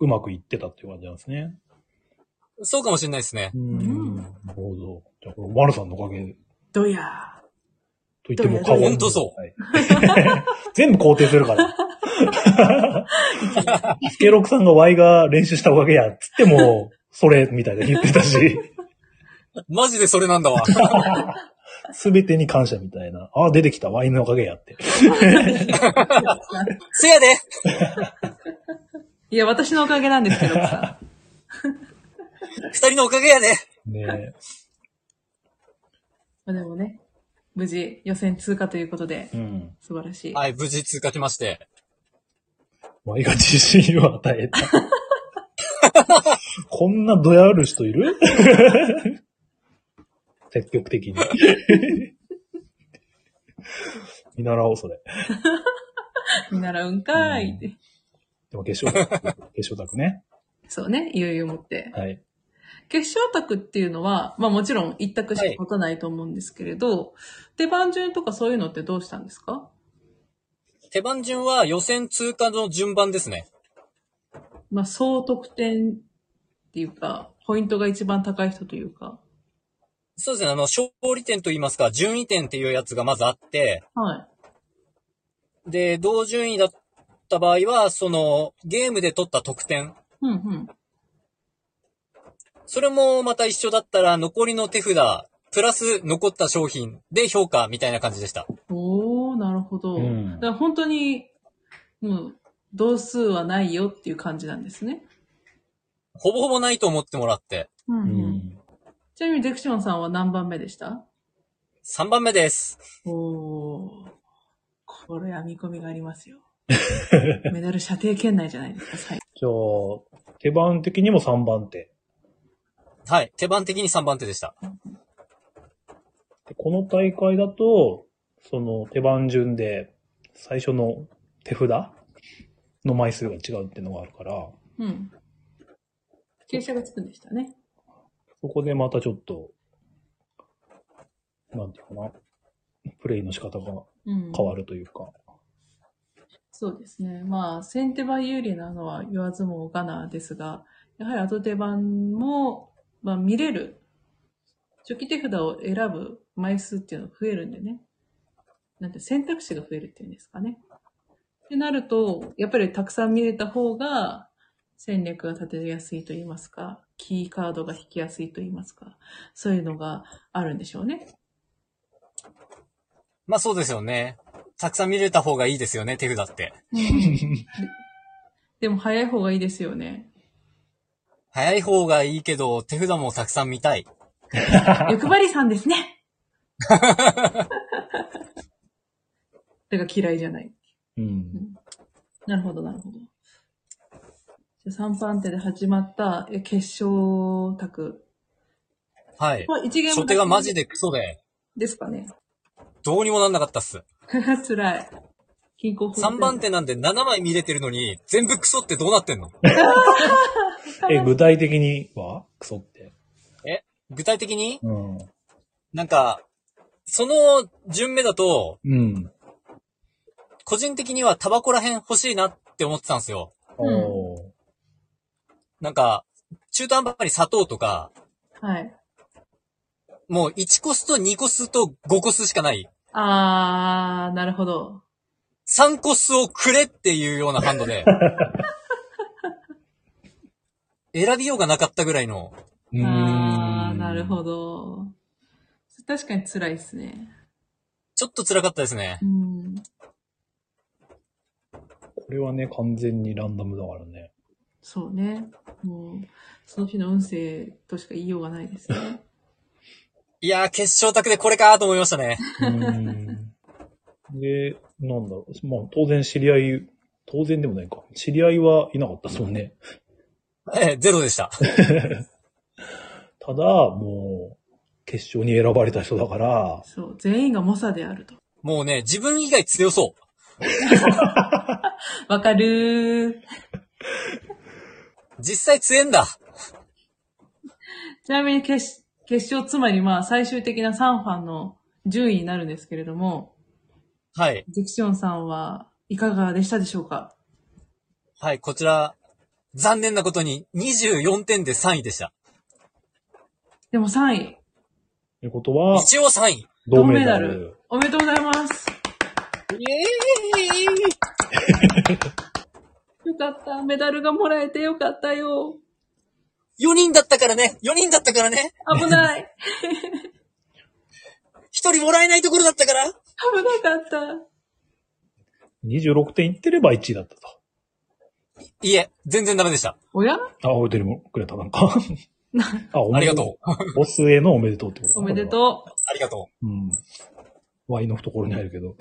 A: うまくいってたっていう感じなんですね。
C: そうかもしれないですね。
B: ん
A: なるほど。じゃあ、これ、丸さんのおかげ
B: どや
A: と言っても
B: どう
A: 過
B: や
A: 言
C: ほんとそ
A: はい 全部肯定するから。スケロクさんがワイが練習したおかげや、つっても、それ、みたいな言ってたし、
C: マジでそれなんだわ。
A: すべてに感謝みたいな。ああ、出てきた、ワイのおかげやって。
C: せやで
B: ー。いや、私のおかげなんです けど、奥さん。
C: 二人のおかげやで
A: ね
B: まあでもね、無事予選通過ということで
A: え。、うん。
B: 素晴らしい。
C: はい、無事通過しまして。
A: ワイが自信を与え た。こんなドヤある人いる 積極的に。 見習おう、それ。
B: 見習うんかーいって。
A: でも、決勝卓、決勝卓ね。
B: そうね、いよいよ持って。
A: はい。
B: 決勝卓っていうのは、まあもちろん一択しか持たないと思うんですけれど、出番順とかそういうのってどうしたんですか
C: 手番順は予選通過の順番ですね。
B: まあ総得点っていうか、ポイントが一番高い人というか。
C: そうですね、あの、勝利点といいますか、順位点っていうやつがまずあって、
B: はい。
C: で、同順位だった場合は、その、ゲームで取った得点、
B: うんうん。
C: それもまた一緒だったら、残りの手札、プラス残った商品で評価みたいな感じでした。
B: おー、なるほど。
A: うん
B: だから本当に、もう、同数はないよっていう感じなんですね。
C: ほぼほぼないと思ってもらって、
B: うん
A: うん
B: ちなみにデクションさんは何番目でした
C: 3番目です。
B: おー。これは見込みがあ りますよ。メダル射程圏内じゃないですか、最後。
A: じゃあ、手番的にも3番手。
C: はい。手番的に3番手でした。
A: でこの大会だと、その手番順で最初の手札の枚数が違うっていうのがあるから、
B: うん。傾斜がつくんでしたね。
A: そこでまたちょっと、なんていうかな、プレイの仕方が
B: うん。
A: 変わるというか、
B: そうですね。まあ、先手番有利なのは言わずもがなですが、やはり後手番も、まあ、見れる。初期手札を選ぶ枚数っていうのが増えるんでね。なんて選択肢が増えるっていうんですかね。ってなると、やっぱりたくさん見れた方が、戦略が立てやすいと言いますか、キーカードが引きやすいと言いますか、そういうのがあるんでしょうね。
C: まあそうですよね。たくさん見れた方がいいですよね、手札って。
B: でも早い方がいいですよね。
C: 早い方がいいけど、手札もたくさん見たい。
B: 欲張りさんですね。だから嫌いじゃない。
A: うん。
B: なるほど、なるほど。じゃあ3番手で始まったえ決勝卓。
C: はい。
B: まあ、1ゲームだけ
C: 初手がマジでクソで、
B: ですかね。
C: どうにもなんなかったっす。
B: 辛い。均衡法
C: 3番手なんで7枚見れてるのに、全部クソってどうなってんの
A: え、具体的にはクソって。
C: 具体的に
A: うん。
C: なんか、その順目だと、
A: うん。
C: 個人的にはタバコら辺欲しいなって思ってたんですよ。
A: おー
C: なんか、中途半端に砂糖とか、
B: はい。
C: もう1コスと2コスと5コスしかない。
B: あー、なるほど。
C: 3コスをくれっていうようなハンドで。 選びようがなかったぐらいの。
A: うーん
B: あー、なるほど。確かに辛いですね。
C: ちょっと辛かったですね
B: う。ん。
A: これはね、完全にランダムだからね。
B: そうね。もう、その日の運勢としか言いようがないですね。
C: いやー、決勝卓でこれかーと思いましたね。
A: うん。 で、なんだろう。まあ、当然知り合い、当然でもないか。知り合いはいなかったですもんね。
C: ええ、ゼロでした。
A: ただ、もう、決勝に選ばれた人だから、
B: そう。全員が猛者であると。
C: もうね、自分以外強そう。
B: わかるー。
C: 実際強えんだ。
B: ちなみに決、決勝、つまりまあ最終的な3班の順位になるんですけれども、
C: はい。
B: ゼクシオンさんはいかがでしたでしょうか
C: はい、こちら、残念なことに24点で3位でした。
B: でも3位、
A: ということは、
C: 一応3位。
A: 銅メ
B: 銅
A: ダ
B: メ
A: ル
B: ダル。おめでとうございます。
C: イエーイ
B: よかった。メダルがもらえてよかったよ。
C: !4 人だったからね !4 人だったからね
B: 危ない。
C: 一人もらえないところだったから
B: 危なかった。
A: 26点いってれば1位だったと。
C: いえ、全然ダメでした。
B: おや
A: あ、お手にもくれた、なん か。あ、お
C: あ
A: め
C: り
A: で
C: が
A: とう。
C: とう。
A: ボスへのおめでとうってこと
B: おめでと
C: ありがと
A: う。うん。ワイの懐に入るけど。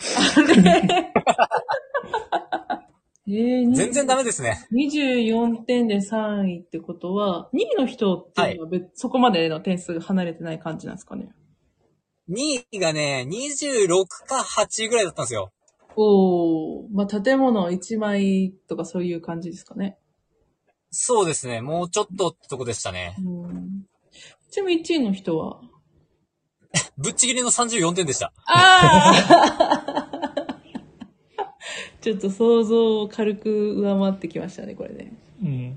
B: う。え
C: う。
B: ー、
C: 全然ダメですね。
B: 24点で3位ってことは、2位の人っていうのは別、そこまでの点数が離れてない感じなんですかね。
C: 2位がね、26か8ぐらいだったんですよ。
B: おー、まあ、建物1枚とかそういう感じですかね。
C: そうですね。もうちょっとってとこでしたね。
B: うん。ちなみに1位の人は
C: ぶっちぎりの34点でした。
B: ああちょっと想像を軽く上回ってきましたね、これね。
A: うん。
B: いや、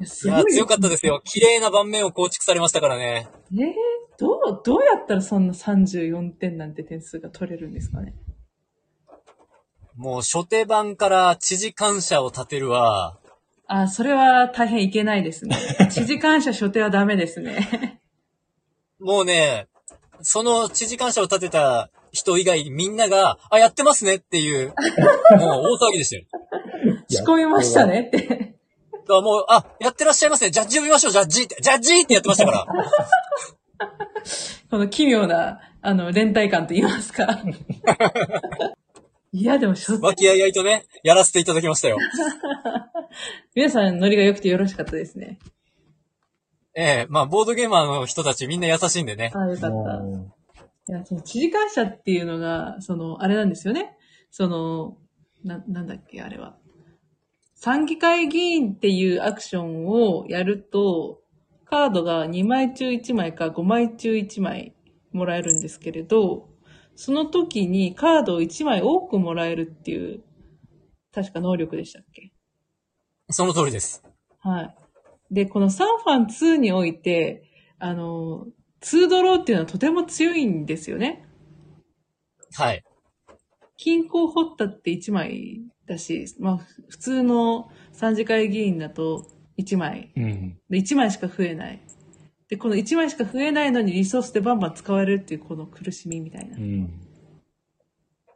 C: い
B: すご
C: や
B: い、
C: 強かった
B: で
C: ですよ。綺麗な盤面を構築されましたからね。
B: す。えー、どう、どうやったらそんな34点なんて点数が取れるんですかね。
C: もう初手版から知事感謝を立てるは、
B: あー、それは大変いけないですね。 知事感謝所定はダメですね。
C: もうね、その知事感謝を立てた人以外みんなが、あ、やってますねっていう、もう大騒ぎでしたよ。
B: 仕込みましたねって。
C: だからもう、あ、やってらっしゃいますね。ジャッジ呼びましょう、ジャッジって、ジャッジってやってましたから。
B: この奇妙な、あの、連帯感と言いますか。いや、でも、初
C: 和気あいあいとね、やらせていただきましたよ。
B: 皆さん、ノリが良くてよろしかったですね。
C: えええまあ、ボードゲーマーの人たちみんな優しいんでね。
B: ああ、よかった。
A: も
B: いや、その知事会社っていうのが、その、あれなんですよね。その、な、なんだっけ、あれは。参議会議員っていうアクションをやると、カードが2枚中1枚か5枚中1枚もらえるんですけれど、その時にカードを1枚多くもらえるっていう、確か能力でしたっけ
C: その通りです。
B: はい。で、このサンファン2において、あの、2ドローっていうのはとても強いんですよね。
C: はい。
B: 均衡掘ったって1枚だし、まあ、ふ普通の三次会議員だと1枚。
A: ううん。
B: で、1枚しか増えない。で、この1枚しか増えないのにリソースでバンバン使われるっていうこの苦しみみたいな、
A: う
B: っ
A: ん。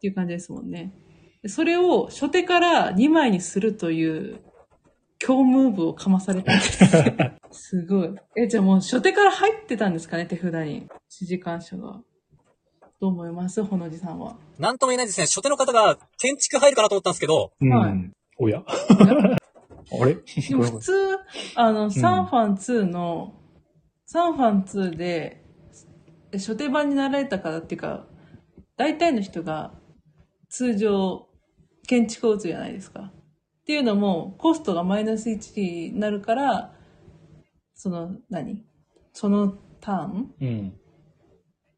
B: ていう感じですもんね。でそれを初手から2枚にするという、強ムーブをかまされたんです。 すごい。え、じゃあもう初手から入ってたんですかね、手札に。指示官者が。どう思いますほのじさんは。
C: なんとも言えないですね。初手の方が建築入るかなと思ったんですけど、
A: うん
B: はい
A: おやあれ
B: でも普通、あの、サンファン2の、サンファン2で、え初手版になられたからっていうか、大体の人が通常建築を打つじゃないですか。っていうのも、コストがマイナス1になるから、その、何そのターン
A: うん。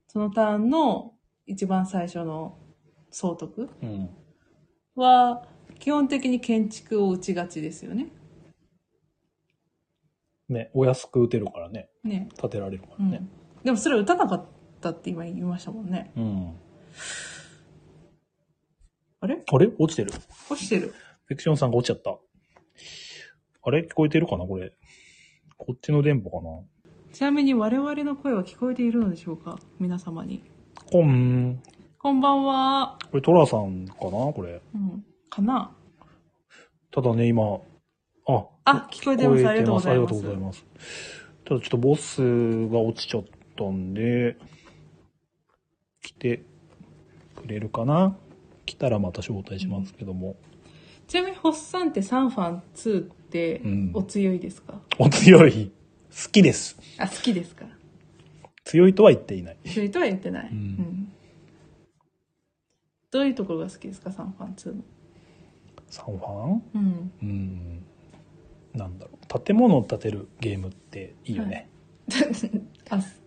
B: そのターンの一番最初の総督
A: うん。
B: は、基本的に建築を打ちがちですよね。
A: ね、お安く打てるからね。
B: ね。
A: 建てられるか
B: う
A: らね。
B: ん、でもそれ打たなかったって今言いましたもんね。
A: うん。
B: あれ
A: あれ落ちてる。フ
B: 落ちてる。
A: ィクションさんが落ちちゃった。あれ聞こえてるかなこれ。こっちの電波かな
B: ちなみに我々の声は聞こえているのでしょうか皆様に。
A: こん。
B: こんばんは。
A: これトラさんかなこれ。
B: うん。かな
A: ただね、今、あ、
B: あ、聞こえてます。ありがとうござい
A: あり
B: ま
A: が
B: す。
A: とうございます。ただちょっとボスが落ちちゃったんで、来てくれるかな来たらまた招待しますけども。
B: ちなみに、ホッサンってサンファン2って
A: うん
B: お強いですか、
A: お強い。好きです。
B: あ、好きですか
A: 強いとは言っていない。
B: 強いとは言ってない。
A: うん
B: うんどういうところが好きですかサンファン2の。
A: サンファン
B: うん。
A: うん。なんだろう。建物を建てるゲームっていいよね。
B: あ、す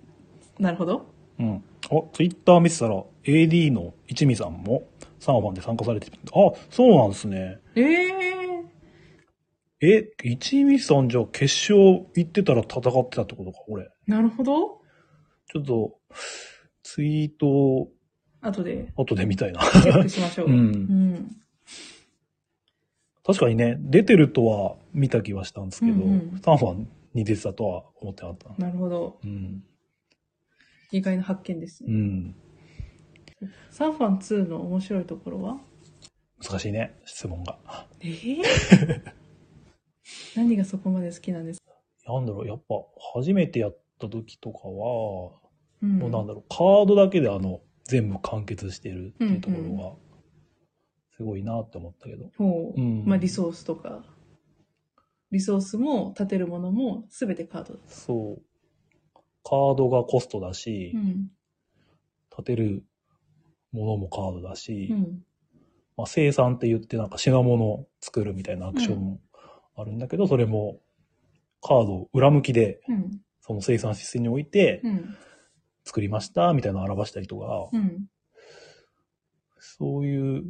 B: なるほど。
A: うん。あ、ツイッター見てたら AD の一味さんもサンファンで参加されてる。あ、そうなんですね。
B: ええ
A: え、一味さんじゃあ決勝行ってたら戦ってたってことか、俺。
B: ー、なるほど。
A: ちょっと、ツイートを
B: 後で
A: 後で見たいな。
B: チェックしましょう。
A: う。
B: うんん。
A: 確かにね、出てるとは見た気はしたんですけど、
B: うんうん
A: サンファンに出てたとは思ってなかったな。
B: なるほど。
A: うん。
B: 意外な発見です
A: う
B: ね。
A: ん。
B: サンファン2の面白いところは
A: 難しいね、質問が。
B: えー、 何がそこまで好きなんですか、
A: なんだろう、やっぱ、初めてやった時とかは、
B: うん、
A: もうなんだろう、カードだけであの、全部完結してるっていうところ
B: うん
A: が、すごいなって思ったけど。
B: ほう、
A: うん
B: まあリソースとか。リソースも立てるものも全てカードだ。
A: そう。カードがコストだし、
B: うん。
A: 立てるものもカードだし、
B: うん。
A: まあ、生産って言ってなんか品物を作るみたいなアクションもあるんだけど、それもカードを裏向きで
B: うん。
A: その生産システムに置いて
B: うん。
A: 作りましたみたいなのを表したりとか、
B: うん。
A: そういう、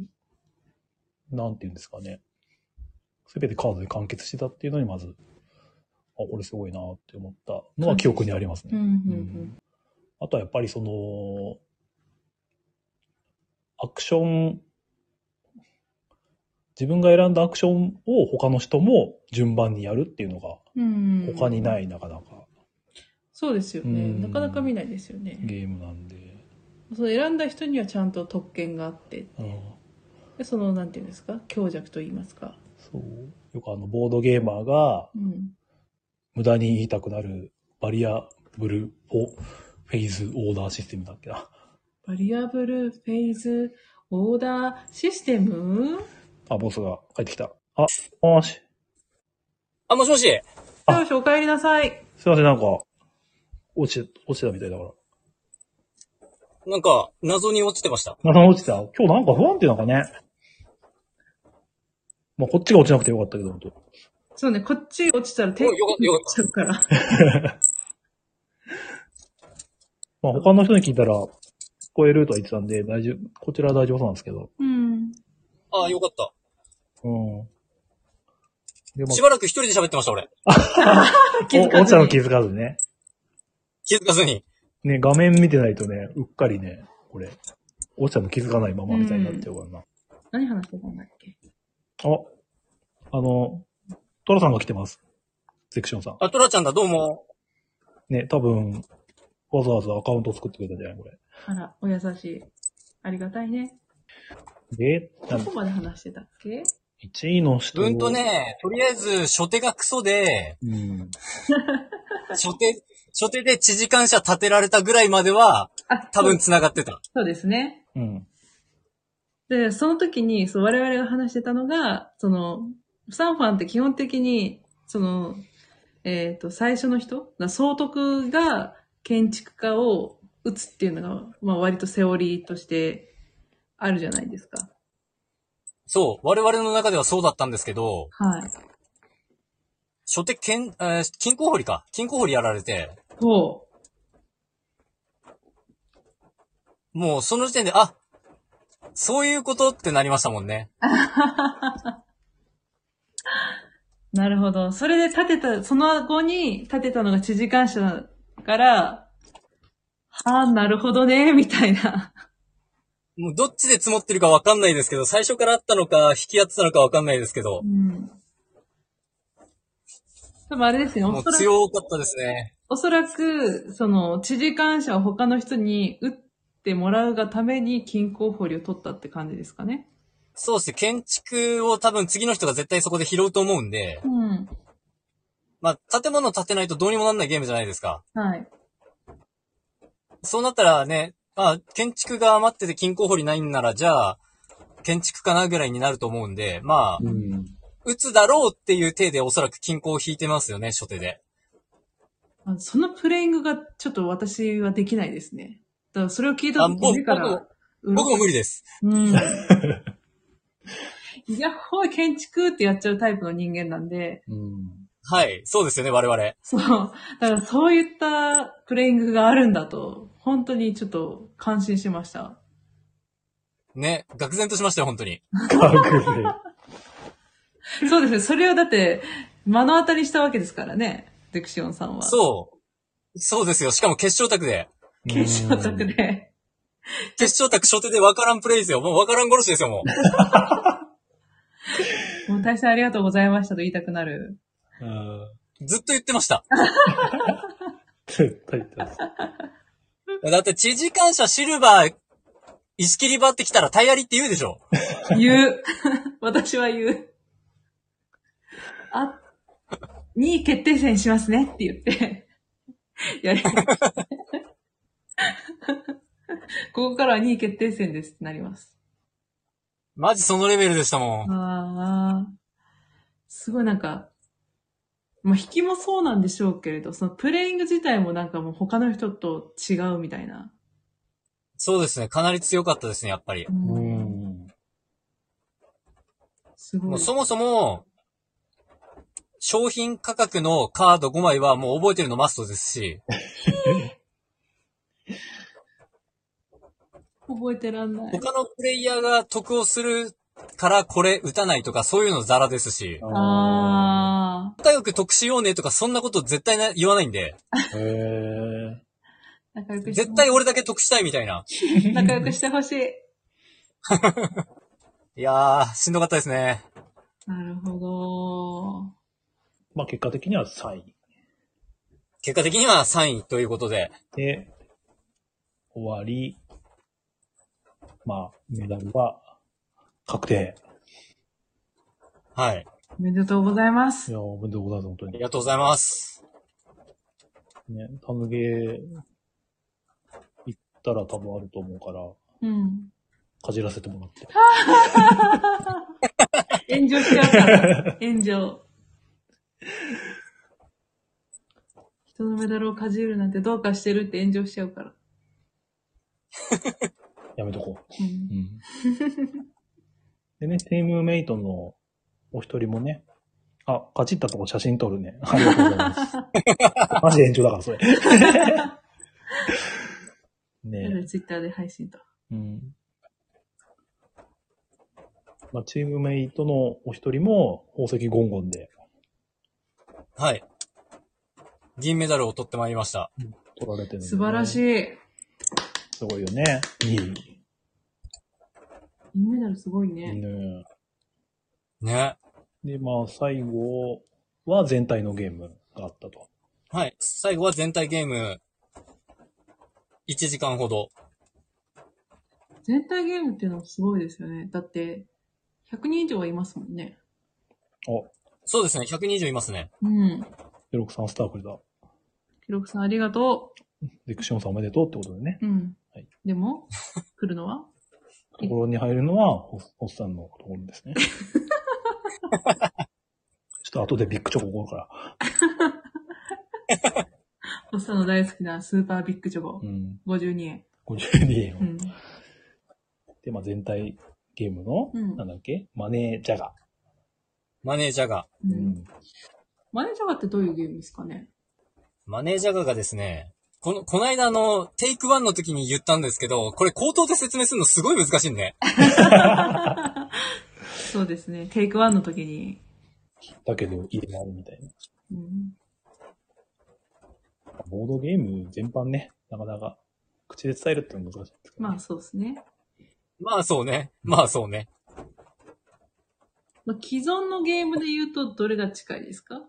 A: なんていうんですかね。すべてカードで完結してたっていうのにまず、あ、これすごいなって思ったのは記憶にありますね。
B: うん。うん。
A: あとはやっぱりその、アクション、自分が選んだアクションを他の人も順番にやるっていうのが
B: うん。うん。
A: 他にないいなかなか
B: そうですよね。
A: うん
B: なかなか見ないですよね。
A: ゲームなんで、
B: その選んだ人にはちゃんと特権があって、
A: うん、
B: でその、なんていうんですか強弱と言いますか。
A: そう。よくあの、ボードゲーマーが
B: うん。
A: 無駄に言いたくなるバリアブルフォフェイズオーダーシステムだっけな。
B: バリアブルフェイズオーダーシステム
A: あ、ボスが帰ってきた。あ、もし。
C: あ、もしもし。
A: あ
B: 教師お帰りなさい。
A: すいません、なんか、落ちて、落ちたみたいだから。
C: なんか、謎に落ちてました。
A: なさん落ちた今日なんか不安定なんかね。まあ、こっちが落ちなくてよかったけど、本当
B: そうね、こっち落ちたら手
C: およかったよかっ
B: 落ちちゃうから。
A: まあ、他の人に聞いたら、聞こえるとは言ってたんで、大丈夫、こちらは大丈夫そうなんですけど。
B: うん。
C: ああ、よかった。
A: うん。でも
C: し、ばらく一人で喋ってました、俺。
B: 気づ
A: お
B: かずに
A: 落ちたの気づかずね。
C: 気づかずに。
A: ね、画面見てないとね、うっかりね、これ、落ちたの気づかないままみたいになっちゃうからな。
B: 何話してたんだっけ
A: あ、あの、トラさんが来てます。セクションさん。
C: あ、トラちゃんだ、どうも。
A: ね、多分、わざわざアカウント作ってくれたんじゃないこれ。
B: あら、お優しい。ありがたいね。
A: で、な
B: ど
A: ん
B: こまで話してたっけ
A: 1位の人。
C: うんと。ね、とりあえず、初手がクソで、
A: うん。
C: 初手、初手で知事官車立てられたぐらいまでは、
B: あ、
C: 多分
B: そう。
C: 繋がってた。
B: そうですね。
A: うん。
B: で、その時に、そう、我々が話してたのが、その、サンファンって基本的に、その、えっ、と、最初の人、な総督が建築家を打つっていうのが、まあ割とセオリーとしてあるじゃないですか。
C: そう、我々の中ではそうだったんですけど、
B: はい。
C: 初手剣、えー金庫掘りか。金庫掘りやられて、
B: ほう。
C: もうその時点で、あ、そういうことってなりましたもんね。
B: なるほど。それで立てた、その後に立てたのが知事官舎だから、はあ、なるほどね、みたいな。
C: もうどっちで積もってるかわかんないですけど、最初からあったのか、引き合ってたのかわかんないですけど
B: う、ん。多分あれですね、
C: も
B: おそうらく、
C: 強かったですね。
B: おそらく、その、知事官舎を他の人に打ってもらうがために均衡法理を取ったって感じですかね。
C: そうですね、建築を多分次の人が絶対そこで拾うと思うんで、
B: うん。
C: まあ、建物建てないとどうにもなんないゲームじゃないですか。
B: はい。
C: そうなったらね、あ、建築が余ってて金庫掘りないんなら、じゃあ、建築かなぐらいになると思うんで、まあ、
A: うん。
C: 打つだろうっていう手でおそらく金庫を引いてますよね、初手で。
B: あそのプレイングがちょっと私はできないですね。だからそれを聞いた
C: あ
B: 時
C: 僕
B: 目から
C: 僕も、
B: うろ
C: 僕も無理です。
B: うん。いや、ほい、建築ってやっちゃうタイプの人間なんで、
A: うん。
C: はい、そうですよね、我々。
B: そう。だからそういったプレイングがあるんだと、本当にちょっと感心しました。
C: ね、愕然としましたよ、本当に。
A: 隠れ。
B: そうですね。それをだって、目の当たりしたわけですからね。デクシオンさんは。う。
C: そう。そうですよ。しかも決勝卓で。
B: 決勝得
A: うん
B: で。
C: 決勝卓初手で分からんプレイですよ。もう分からん殺しですよ、もう。
B: もう大変ありがとうございましたと言いたくな る。
A: うん
C: ずっと言ってました。
A: 絶対言ってます。
C: だって、知事感謝シルバー、石切り場ってきたらタイヤリって言うでしょ。
B: 言う。 私は言う。あ、2位決定戦しますねって言って、 や りましたここからは2位決定戦ですってなります。
C: マジそのレベルでしたもん。
B: ああ、すごいなんか、まあ、引きもそうなんでしょうけれど、そのプレイング自体もなんかもう他の人と違うみたいな。
C: そうですね。かなり強かったですね、やっぱり。
A: う
B: うん、
A: ん。
B: すご
C: もう
B: い。
C: そもそも、商品価格のカード5枚はもう覚えてるのマストです し、
B: 覚えてらんない。
C: 他のプレイヤーが得をするからこれ打たないとかそういうのザラですし、
A: あ
B: あ
C: 仲良く得しようねとかそんなこと絶対な言わないんで、
A: ー。へ
B: あ、仲良くして
C: 絶対俺だけ得したいみたいな。
B: 仲良くしてほしい。
C: いやー、しんどかったですね。
B: なるほど。
A: まあ、結果的には3位。
C: 結果的には3位ということで、
A: で、終わり、まあ、メダルは確定。
C: はい。
B: おめでとうございま
A: い
B: す。
A: や、おめでとうございます、本当
C: あ
A: に
C: り。がとうございます。
A: ね、タムゲー、行ったら多分あると思うから、
B: うん。
A: かじらせてもらって。
B: 炎上 しちゃうから。炎上。一人のメダルをかじるなんてどうかしてるって炎上しちゃうから。
A: やめとこう。
B: うん。
E: うん。
A: でね、チームメイトのお一人もね、あ、カチッたとこ写真撮るね。ありがとうございます。 マジで延長だから、それ。 ねえ、
B: ツイッターで配信と。
E: うん。
A: まあ、チームメイトのお一人も宝石ゴンゴンで
C: はい。銀メダルを取ってまいりました。
A: 撮られてるんでね、
B: 素晴らし
A: い。
B: い。
A: すごいよね。いい。
B: 銀メダルすごい
A: いい
B: ね。
A: ね。
C: ね。
A: で、まあ、最後は全体のゲームがあったと。
C: はい。最後は全体ゲーム、1時間ほど。
B: 全体ゲームっていうのもすごいですよね。だって、100人以上はいますもんね。
A: あ、
C: そうですね、120いますね。
B: うん。
A: ゼロクさんスターくれた。
B: 記録さんありがと
A: で、クシオンさんおめでとうってことでね。
B: う。うん。
A: はい
B: で も、来るのは
A: ところに入るのは、ホスホスさんのところです ね。ちょっと後でビッグチョコおごるから。
B: おっさんの大好きなスーパービッグチョコ
A: う。ん。
B: 52円。
A: 52円を。
B: うん。
A: で、まあ全体ゲームの、
B: うん
A: なんだっけマネージャガ。
C: マネージャガ。
B: う。。
A: うん
B: マネージャーってどういうゲームですかね
C: マネージャガがですね、この、この間あの、テイク1の時に言ったんですけど、これ口頭で説明するのすごい難しいんで。
B: そうですね。テイクワンの時に。
A: だけど、家もあるみたいな。
B: うん。
A: ボードゲーム全般ね、なかなか口で伝えるってのは難しいんですけど、
B: まあそうですね。
C: まあそうね。まあそうね。
B: まあ、既存のゲームで言うとどれが近いですか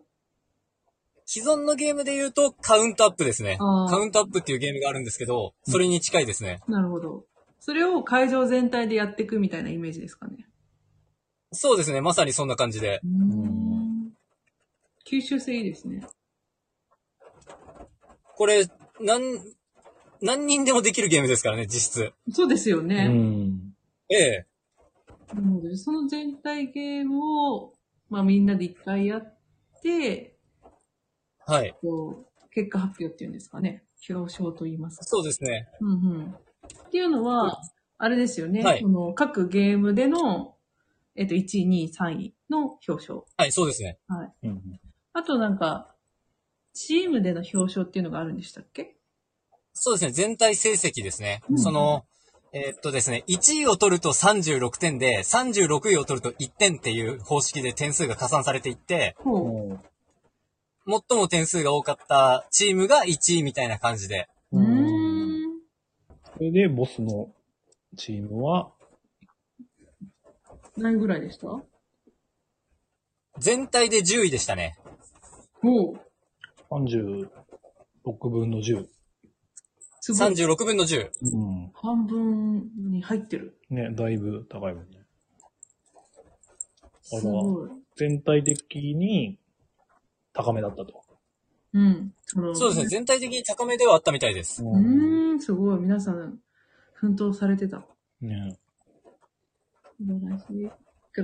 C: 既存のゲームで言うと、カウントアップですね。
B: あー
C: カウントアップっていうゲームがあるんですけど、それに近いですね。
B: なるほど。それを会場全体でやっていくみたいなイメージですかね。
C: そうですね、まさにそんな感じで。
A: ん
B: 吸収性いいですね。
C: これ、なん、何人でもできるゲームですからね、実質。
B: そうですよ
A: う
B: ね。
A: ん。
C: ええ。
B: なので、その全体ゲームを、まあみんなで一回やって、
C: はい。
B: こう、結果発表っていうんですかね。表彰と言いますか。
C: そうですね。
B: うんうん。っていうのは、あれですよね。
C: はい
B: その各ゲームでの、えっと、1位、2位、3位の表彰。
C: はい、そうですね。
A: うん。
B: あとなんか、チームでの表彰っていうのがあるんでしたっけ
C: そうですね、全体成績ですね。
B: うん
C: その、えーっとですね、1位を取ると36点で、36位を取ると1点っていう方式で点数が加算されていって、
B: ほう。
C: 最も点数が多かったチームが1位みたいな感じで。
B: うーん。
A: それで、ボスのチームは、
B: 何位ぐらいでしたほ
C: 全体で10位でしたね。
B: う。
A: 36分の10。
B: すごい。
C: 36分の10。
A: うん。
B: 半分に入ってる。
A: ね、だいぶ高いもんね。あら
B: すごい。
A: 全体的に高めだったと。
B: うん。その
C: そうですね、全体的に高めではあったみたいです。
B: うーん、すごい。皆さん、奮闘されてた。
A: ね
B: 素晴らしい。だ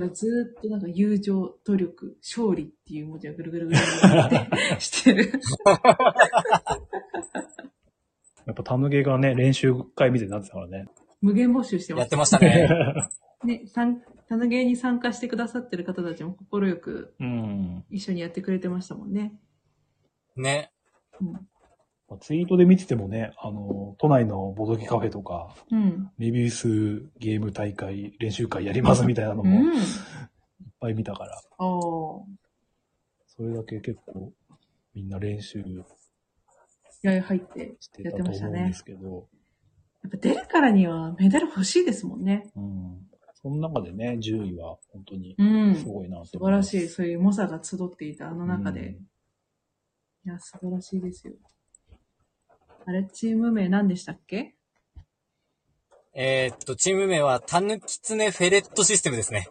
B: からずーっとなんか友情、努力、勝利っていう文字がぐるぐるぐるぐるってして る。
A: やっぱタムゲがね、練習会みたいになってたからね。
B: 無限募集して
C: や
B: ま
C: っ
B: す
C: て。ましたね。
B: ね、参タヌゲーに参加してくださってる方たちも心よく
A: うん。
B: 一緒にやってくれてましたもんね。
C: ね。
B: うん。
A: まあツイートで見ててもね、あの、都内のボドゲカフェとか、
B: うん。
A: メビウスゲーム大会、練習会やりますみたいなの
B: う
A: もいっ
B: ん。
A: ぱい見たから、
B: おー
A: それだけ結構みんな練習
B: 気合入って。
A: してたと思うんですけど、
B: やっぱ出るからにはメダル欲しいですもんね。
A: うん。その中でね、10位は本当に
B: うん。
A: す
B: 素
A: ごいなと、
B: 晴らしい。。そういう猛者が集っていたあの中で。
A: うん
B: いや、素晴らしいですよ。あれ、チーム名何でしたっけ
C: えーっと、チーム名は、タヌキツネフェレットシステムですね。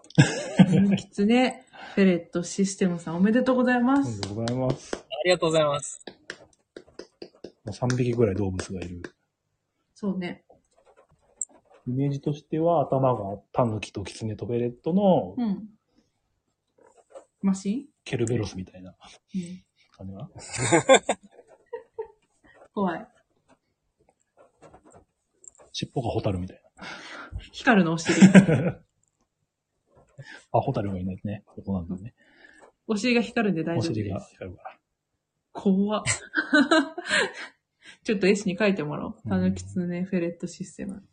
B: キツネフェレットシステムさんおめでとうございま
A: あり
B: す
A: が。とうございます。
C: ありがとうございます。
A: もう3匹ぐらい動物がいる。
B: そうね。
A: イメージとしては頭がタヌキとキツネとベレットの
B: うん。マシン
A: ケルベロスみたいな
B: うん。
A: 感じかな。
D: 怖い。
A: 尻尾がホタルみたい
B: 光るのお 尻。
A: な。あ、ホタルがいないね。ここなんだね。
B: お尻が光るんで大
A: お
B: 丈夫
A: 尻
B: で
A: が
B: す。
A: 光るから。
B: 怖っ ちょっと S に書いてもらおう。
A: うん
B: タヌキツネフェレットシステム。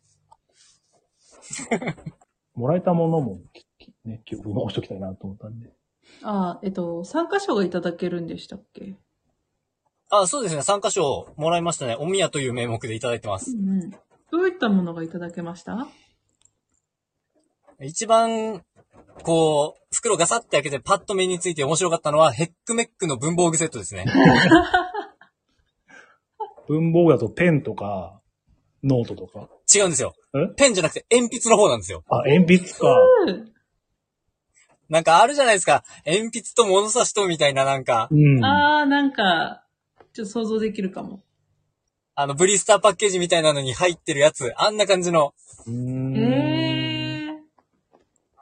A: もらえたものも、ききね、記憶に残しときたいなと思ったんで。
B: ああ、えっと、参加賞がいただけるんでしたっけ
C: あ、そうですね。参加賞もらいましたね。おみやという名目でいただいてます。
B: うんうん。どういったものがいただけました
C: 一番、こう、袋ガサって開けてパッと目について面白かったのは、ヘックメックの文房具セットですね。
A: 文房具だとペンとか、ノートとか。
C: 違うんですよ
A: え。
C: ペンじゃなくて鉛筆の方なんですよ。
A: あ、鉛筆か。
C: なんかあるじゃないですか。鉛筆と物差しとみたいななんか、
A: うん。
B: ああ、なんか、ちょっと想像できるかも。
C: あの、ブリスターパッケージみたいなのに入ってるやつ、あんな感じの、
A: うーん
B: ええー。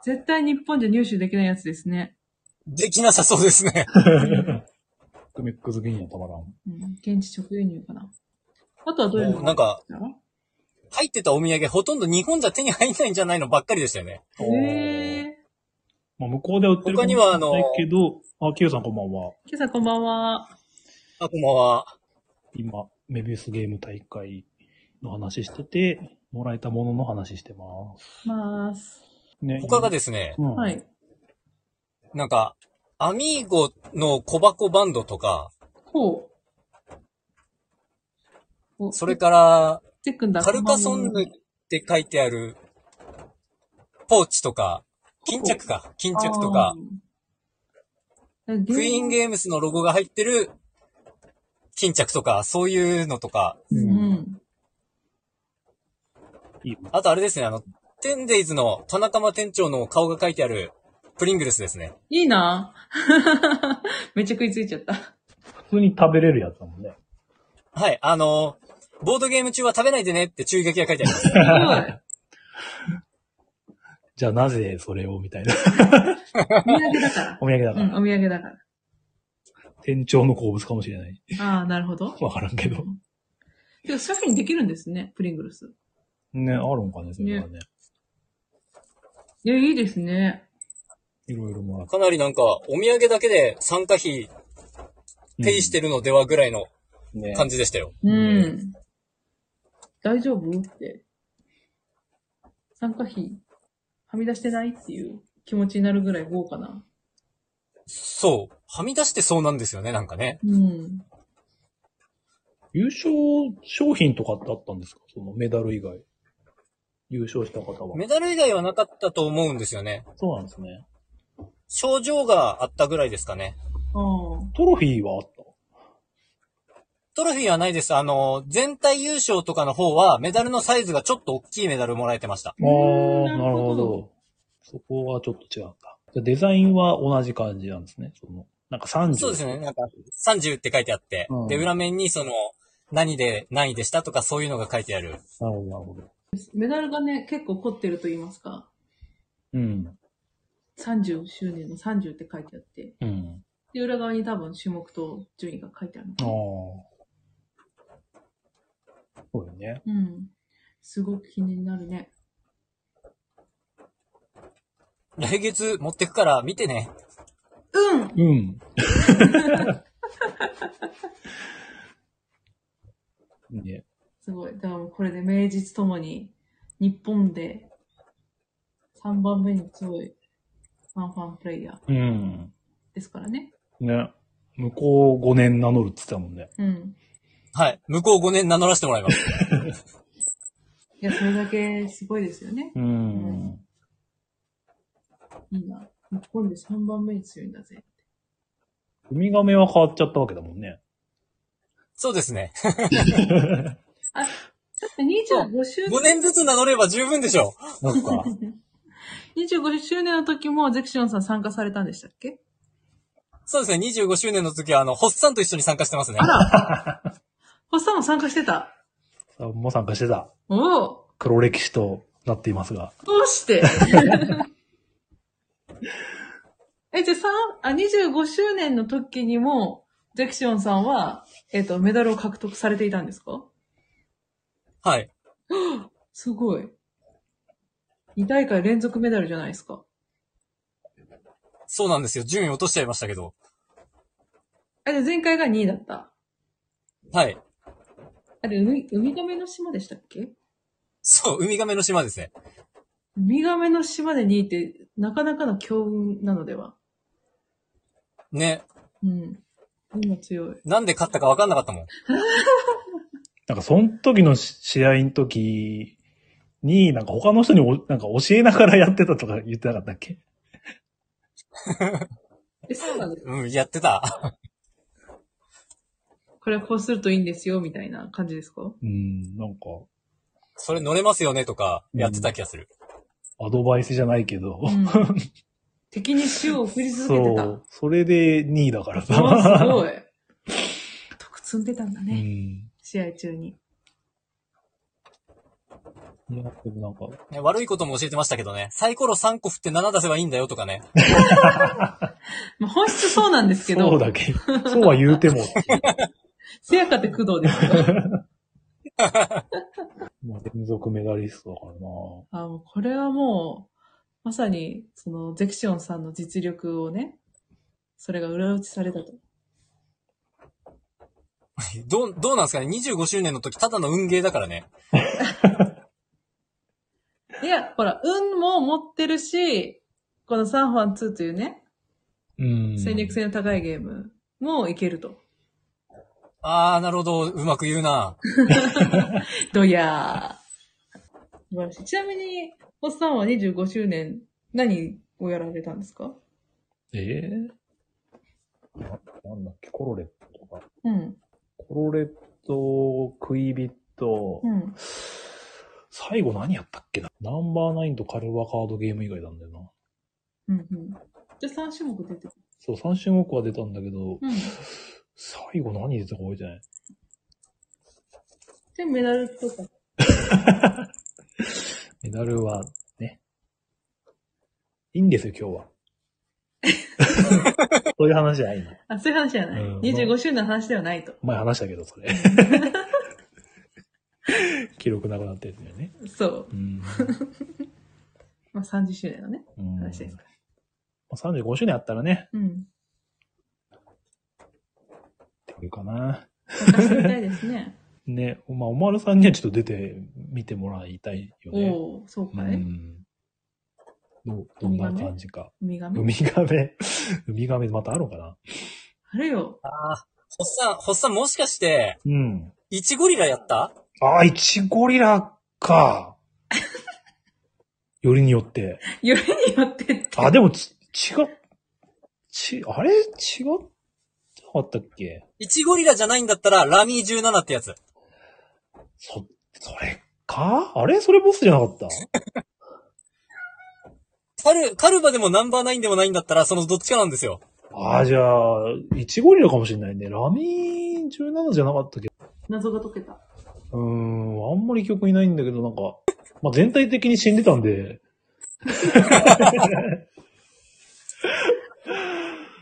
B: 絶対日本じゃ入手できないやつですね。
C: できなさそうですね。
A: クメックスビーンやたまらん。
B: うん、現地直輸入かな。あとはどういうの
C: もうなんか、
B: が
C: 入ってたお土産ほとんど日本じゃ手に入んないんじゃないのばっかりでしたよね。
B: ええー。
A: まあ、向こうで売ってる
C: 他にはあの
A: だけど、あ、キヨさんこんばんは。
B: 今朝こんばんは。
C: あ、こんばんは。
A: 今、メビウスゲーム大会の話してて、もらえたものの話してます。
B: まーす。
A: ね。
C: 他がですね、
A: うん、
B: は。い。
C: なんか、アミーゴの小箱バンドとか、
B: ほう。お
C: それ、から、
B: てっくんだ。
C: カルカソンヌって書いてある、ポーチとか、巾着か、巾着とか、
B: あー。
C: クイーンゲームスのロゴが入ってる、巾着とか、そういうのとか、
B: ーム。うん。
A: いいよね
C: あとあれですね、あの、テンデイズの田中間店長の顔が書いてある、プリングルスですね。
B: いいな めっちゃ食いついちゃ った。
A: 普通に食べれるやつだもんね。
C: はい、あの、ボードゲーム中は食べないでねって注意書きが書いてありま
B: す
C: す。
B: ご
A: じゃあなぜそれをみたいな。
B: い。お土産だから。
A: お土産だから。
B: うん、お土産だから。
A: 店長の好物かもしれない。
B: ああ、なる ほど。
A: わからんけど。
B: でも、そういうふうにできるんですね、プリングルス。
A: ね、あるんかね、それはね。
B: いや、いいですね。
A: いろいろもらって。
C: かなりなんか、お土産だけで参加費、ペイしてるのではぐらいの
A: うんね。
C: 感じでしたよ。
B: うん。大丈夫って。参加費、はみ出してないっていう気持ちになるぐらい豪華な。
C: そう。はみ出してそうなんですよね、なんかね。
B: うん。
A: 優勝商品とかってあったんですかそのメダル以外。優勝した方は。
C: メダル以外はなかったと思うんですよね。
A: そうなんですね。
C: 症状があったぐらいですかね。
B: ああ。
A: トロフィーはあった
C: トロフィーはないです。あの、全体優勝とかの方は、メダルのサイズがちょっと大きいメダルもらえてました。
A: ああ、
B: ー
A: なるほ
B: なるほ
A: ど。そこはちょっと違うんだ。じゃあデザインは同じ感じなんですね。その、なんか30。
C: そうですね。なんか、30って書いてあって、
A: うん
C: で、裏面にその、何で何位でしたとかそういうのが書いてある。
A: なるほど、なるほど。
B: メダルがね、結構凝ってると言いますか。
A: うん。
B: 30周年の30って書いてあって。
A: うん。
B: で、裏側に多分種目と順位が書いてあるの
A: ああ。そうだよね。
B: うん。すごく気になるね。
C: 来月持ってくから見てね。
B: う ん
A: うん。ね。
B: すごい。だからもうこれで名実ともに、日本で3番目に強いファンファンプレイヤ
A: う
B: ー
A: ん。
B: ですからね。
A: ね。向こう5年名乗るって言ってたもんね。
B: うん。
C: はい。向こう5年名乗らせてもらいます。
B: いや、それだけすごいですよね。
A: うん。
B: いいな。日本で3番目に強いんだぜ。
A: ウミガメは変わっちゃったわけだもんね。
C: そうですね。
B: だって25周
C: 5年ずつ名乗れば十分でしょ。
A: なんか、
B: 25周年の時もゼクシオンさん参加されたんでしたっけ
C: そうですね。25周年の時は、あの、ホッサンと一緒に参加してますね。
B: ホッサンも参加してた。
A: さもう参加してた
B: おお
A: 黒歴史となっていますが。
B: どうして え、じゃあ3、あ、25周年の時にもジャクシオンさんは、えっ、と、メダルを獲得されていたんですか
C: はい。
B: すごい。2大会連続メダルじゃないですか。
C: そうなんですよ。順位落としちゃいましたけど。
B: あ、で、前回が2位だった。
C: はい。
B: あれ、海、ウミガメの島でしたっけ
C: そう、ウミガメの島ですね。
B: ウミガメの島で2位って、なかなかの強運なのでは。
C: ね。
B: うん。今強い。
C: なんで勝ったか分かんなかったもん。
A: なんか、その時のし試合の時に、なんか他の人におなんか教えながらやってたとか言ってなかったっけ
B: え、そうなんです。
C: うん、やってた。
B: これはこうするといいんですよ、みたいな感じですか
A: うん、なんか、
C: それ乗れますよねとか、やってた気がする。
A: アドバイスじゃないけど。
B: うん。敵に塩を振り続けて
A: そ
B: た。
A: う。それで2位だから
B: うわす
A: さ。
B: ごい。得積んでたんだ
A: う
B: ね、
A: ん。
B: 試合中に。
A: いや、でもなんか、
C: ね悪いことも教えてましたけどね。サイコロ3個振って7出せばいいんだよとかね。
B: まあ、本質そうなんですけど、
A: そうだけど。そうは言うても。
B: せやかて工藤ですよ。
A: まあ、連続メダリストだからな。
B: あもうこれはもう、まさに、その、ゼクシオンさんの実力をね、それが裏打ちされたと。
C: どう、どうなんですかね ?25 周年の時、ただの運ゲーだからね。
B: いや、ほら、運も持ってるし、このサンファン2というね、
A: うん。
B: 戦略性の高いゲームもいけると。
C: あー、なるほど。うまく言うな。
B: どやー。素晴らしい。ちなみに、ホスさんは25周年、何をやられたんですか
A: ええななんだっけ、コロレットとか。
B: うん。
A: コロレット、クイビット、
B: うん。
A: 最後何やったっけなナンバーナインとカルバカードゲーム以外なんだよな。
B: うん、うん。じゃあ3種目出てる。
A: そう、3種目は出たんだけど、
B: うん。
A: 最後何出たか覚えてない。
B: で、メダルとか。
A: メダルは、ね。いいんですよ、今 日は。そういう話じゃないの。
B: あ、そういう話じゃない。
A: うん
B: 25周年の話ではないと。
A: 前話したけど、 それ。記録なくなったやつだよね。
B: そう。
A: うん。
B: まあ30周年のね、
A: うん
B: 話ですから。
A: まあ35周年あったらね、
B: うん。
A: できるかな。
B: 参加してみたいですね。
A: ね、まあ、おまるさんにはちょっと出てみてもらいたいよね。
B: おおそう
A: う
B: かい。
A: ん。どう、どんな感じか。
B: ウミガ
A: ウ
B: メ。
A: ミガメ、ウ ミガメまたあるのかな
B: あれよ。
C: ほっさん、ほっさんもしかして、
A: うん。
C: イチゴリラやった
A: ああ、イチゴリラか。 よりによって。
B: よりによってって。
A: あ、でもち、違っ、ち、あれ違ってなかったっけ
C: イチゴリラじゃないんだったら、ラミー17ってやつ。
A: そ、それかあれそれボスじゃなかった
C: カル、カルバでもナンバーナインでもないんだったら、そのどっちかなんですよ。
A: ああ、じゃあ、イチゴリラかもしれないね。ラミー17じゃなかったっけ
B: 謎が解けた。
A: うーん、あんまり記憶にないんだけど、なんか、まあ、全体的に死んでたんで。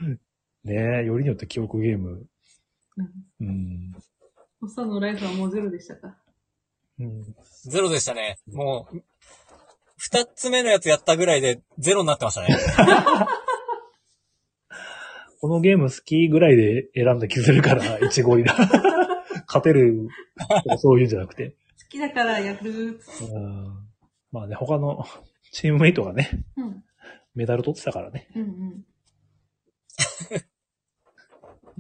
A: ねえ、よりによって記憶ゲーム。
B: うん。
A: うん。
B: おっさんのライフはもうゼロでしたか。
A: うん、
C: ゼロでしたね。もう、二つ目のやつやったぐらいで、ゼロになってましたね。
A: このゲーム好きぐらいで選んだ気するから、イチゴリラ。勝てるとかそういうんじゃなくて。
B: 好きだからやる。
A: うんまあね、他のチームメイトがね、
B: うん。うん
A: メダル取ってたからね、
B: うん。うん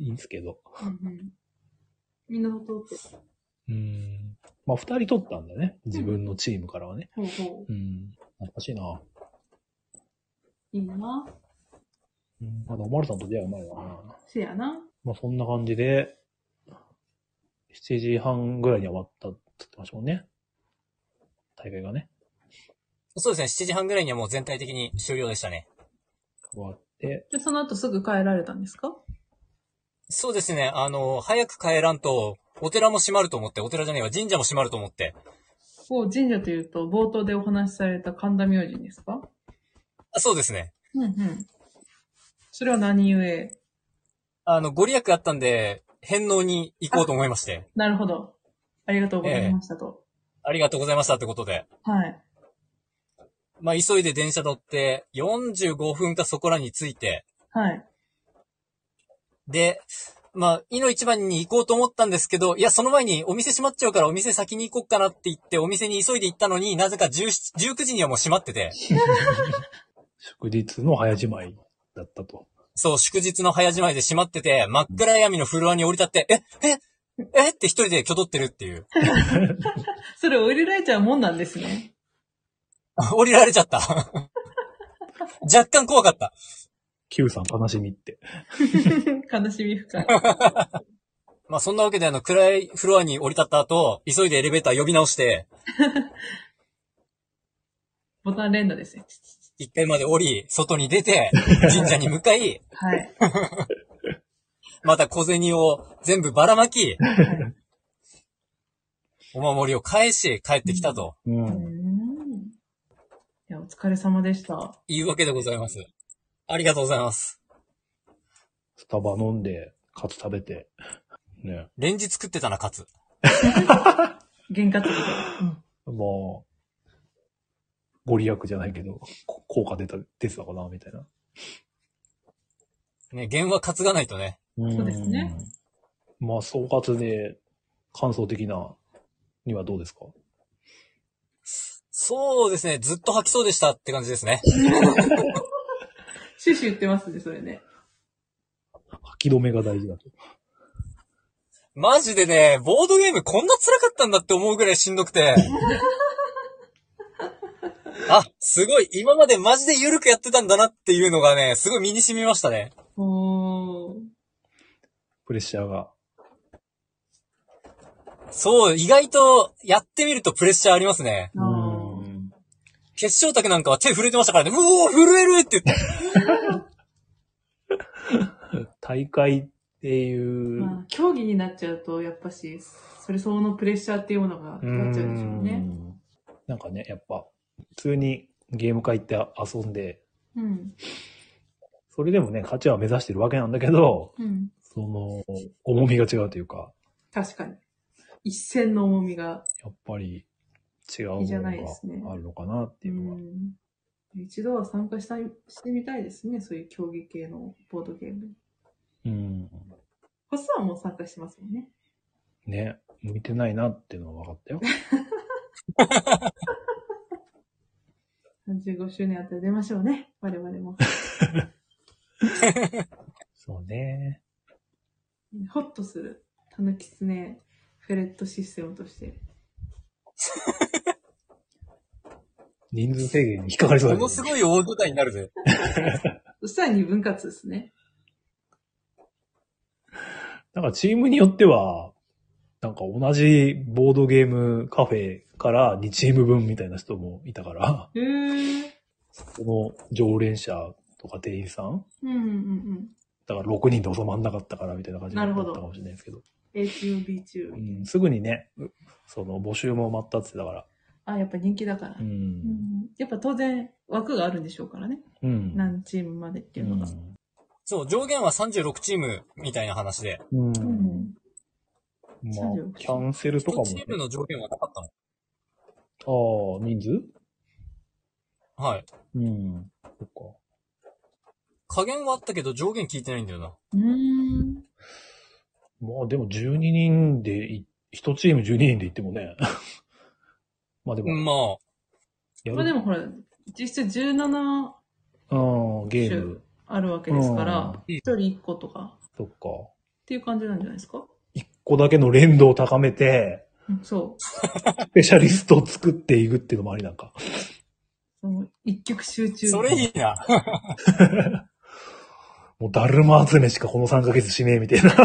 A: いいんですけど。
B: うん。みんな通って。
A: うん。まあ、二人取ったんだよね。自分のチームからはね。
B: ほうほ
A: うん。懐かしいな。
B: う。いいな。
A: うんまだおまるさんと出会う前だな。
B: せやな。
A: まあそんな感じで、7時半ぐらいには終わったって言ってましたもんね。大会がね、
C: そうですね、7時半ぐらいにはもう全体的に終了でしたね。
A: 終わって。
B: で、その後すぐ帰られたんですか
C: そうですね、あの、早く帰らんと、お寺も閉まると思って、お寺じゃねえわ、神社も閉まると思って。
B: お神社というと、冒頭でお話しされた神田明神ですか
C: あそうですね。
B: うんうん。それは何故
C: あの、ご利益あったんで、返納に行こうと思い まして、
B: なるほど。ありがとうございましたと。
C: ありがとうございましたってことで。
B: はい。
C: まあ、急いで電車乗って、45分かそこらに着いて、
B: はい。
C: で、まあ、いの一番に行こうと思ったんですけど、いや、その前にお店閉まっちゃうからお店先に行こうかなって言って、お店に急いで行ったのになぜか17 19時にはもう閉まってて、
A: 祝日の早じまいだったと。
C: そう、祝日の早じまいで閉まってて、真っ暗闇のフロアに降り立って、え、え、えって一人で挙動ってるっていう。
B: それ降りられちゃうもんなんです ね。
C: 降りられちゃった。 若干怖かった。
A: Q さん悲しみって。
B: 悲しみ深い。
C: まあそんなわけであの暗いフロアに降り立った後、急いでエレベーター呼び直して、
B: ボタン連打ですね。
C: 1階まで降り、外に出て、神社に向かい、
B: はい。
C: また小銭を全部ばらまき、
B: はい
C: お守りを返し、帰ってきたと
A: う
B: うー
A: ん。
B: んいや、お疲れ様でした。
C: いうわけでございます。ありがとうございます。
A: スタバ飲んで、カツ食べて。ね。
C: レンジ作ってたな、カツ。
B: 原価的で。
A: まあ、ご利益じゃないけど、こ効果出た、出てたかな、みたいな。
C: ね、弦は担がないとね。
B: そうですね
A: うん。まあ、総括で、感想的な、にはどうですか
C: そうですね、ずっと吐きそうでしたって感じですね。
B: シュシュ言ってますね、それね。
A: 吐き止めが大事だと。
C: マジでね、ボードゲームこんな辛かったんだって思うぐらいしんどくて。あ、すごい、今までマジで緩くやってたんだなっていうのがね、すごい身に染みましたね。
B: おー。
A: プレッシャーが。
C: そう、意外とやってみるとプレッシャーありますね。
A: う
B: あー
A: ん。
C: 決勝卓なんかは手震えてましたからね、うおー震えるって言って。
A: 大会っていう、
B: まあ、競技になっちゃうと、やっぱし、それ相応のプレッシャーっていうものがかかっちゃうんでしょうね。
A: んなんかね、やっぱ、普通にゲーム会って遊んで、
B: うん。
A: それでもね、勝ちは目指してるわけなんだけど、
B: うん。
A: その、重みが違うというか、
B: 確かに。一線の重みが。
A: やっぱり違う
B: いい
A: も
B: じゃ
A: の
B: ないですね
A: があるのかなっていうのは。
B: ん一度は参加したいしてみたいですね、そういう競技系のボードゲーム。
A: うん。
B: コスさんはもう参加してますもんね。
A: ね、向いてないなっていうのは分か ったよ。
B: 35周年あたり出ましょうね、我々も。
A: そうね。
B: ホッとする、タヌキツネフェレットシステムとして。
A: 人数制限に引っかかり そう
C: も
A: だね
C: のすごい大舞台になるぜ。
B: そしたら二分割ですね。
A: なんかチームによっては、なんか同じボードゲームカフェから2チーム分みたいな人もいたから、
B: へー。
A: この常連者とか店員さん
B: うんうんうん。
A: だから6人で収まんなかったからみたいな感じだ
B: な
A: っ
B: る
A: た
B: ほ
A: か
B: ど
A: もしれないですけど。
B: A チーム、B チー
A: う
B: ム。
A: ん、すぐにね、うその募集も待ったって言ってたから。
B: あ、やっぱ人気だから。
A: う
B: うん
A: ん。
B: やっぱ当然枠があるんでしょうからね。
A: うん。
B: 何チームまでっていうのが。
C: そう、上限は36チームみたいな話で。
A: うん。
B: う
A: うん
B: ん。
A: まあ、キャンセルとか
C: 1
A: も
C: チームの上限はなかったの。
A: ああ、人数
C: はい。
A: うん。そっか。
C: 加減はあったけど上限聞いてないんだよな。
B: うーん。
A: まあでも12人でい、1チーム12人で行ってもね。 まあでも、
C: うん、まあ、
A: やる
B: まあでもほら、実質17
A: うん、ゲーム。
B: あるわけですから、
C: うん
B: 一人一個とかっ
A: そっか。
B: ていう感じなんじゃないですか。
A: 一個だけの連動を高めて、
B: うんそう。
A: スペシャリストを作っていくっていうのもありなんか。
B: その一極集中。
C: それいいな。
A: もう、だるま集めしかこの3ヶ月しねえみたいな。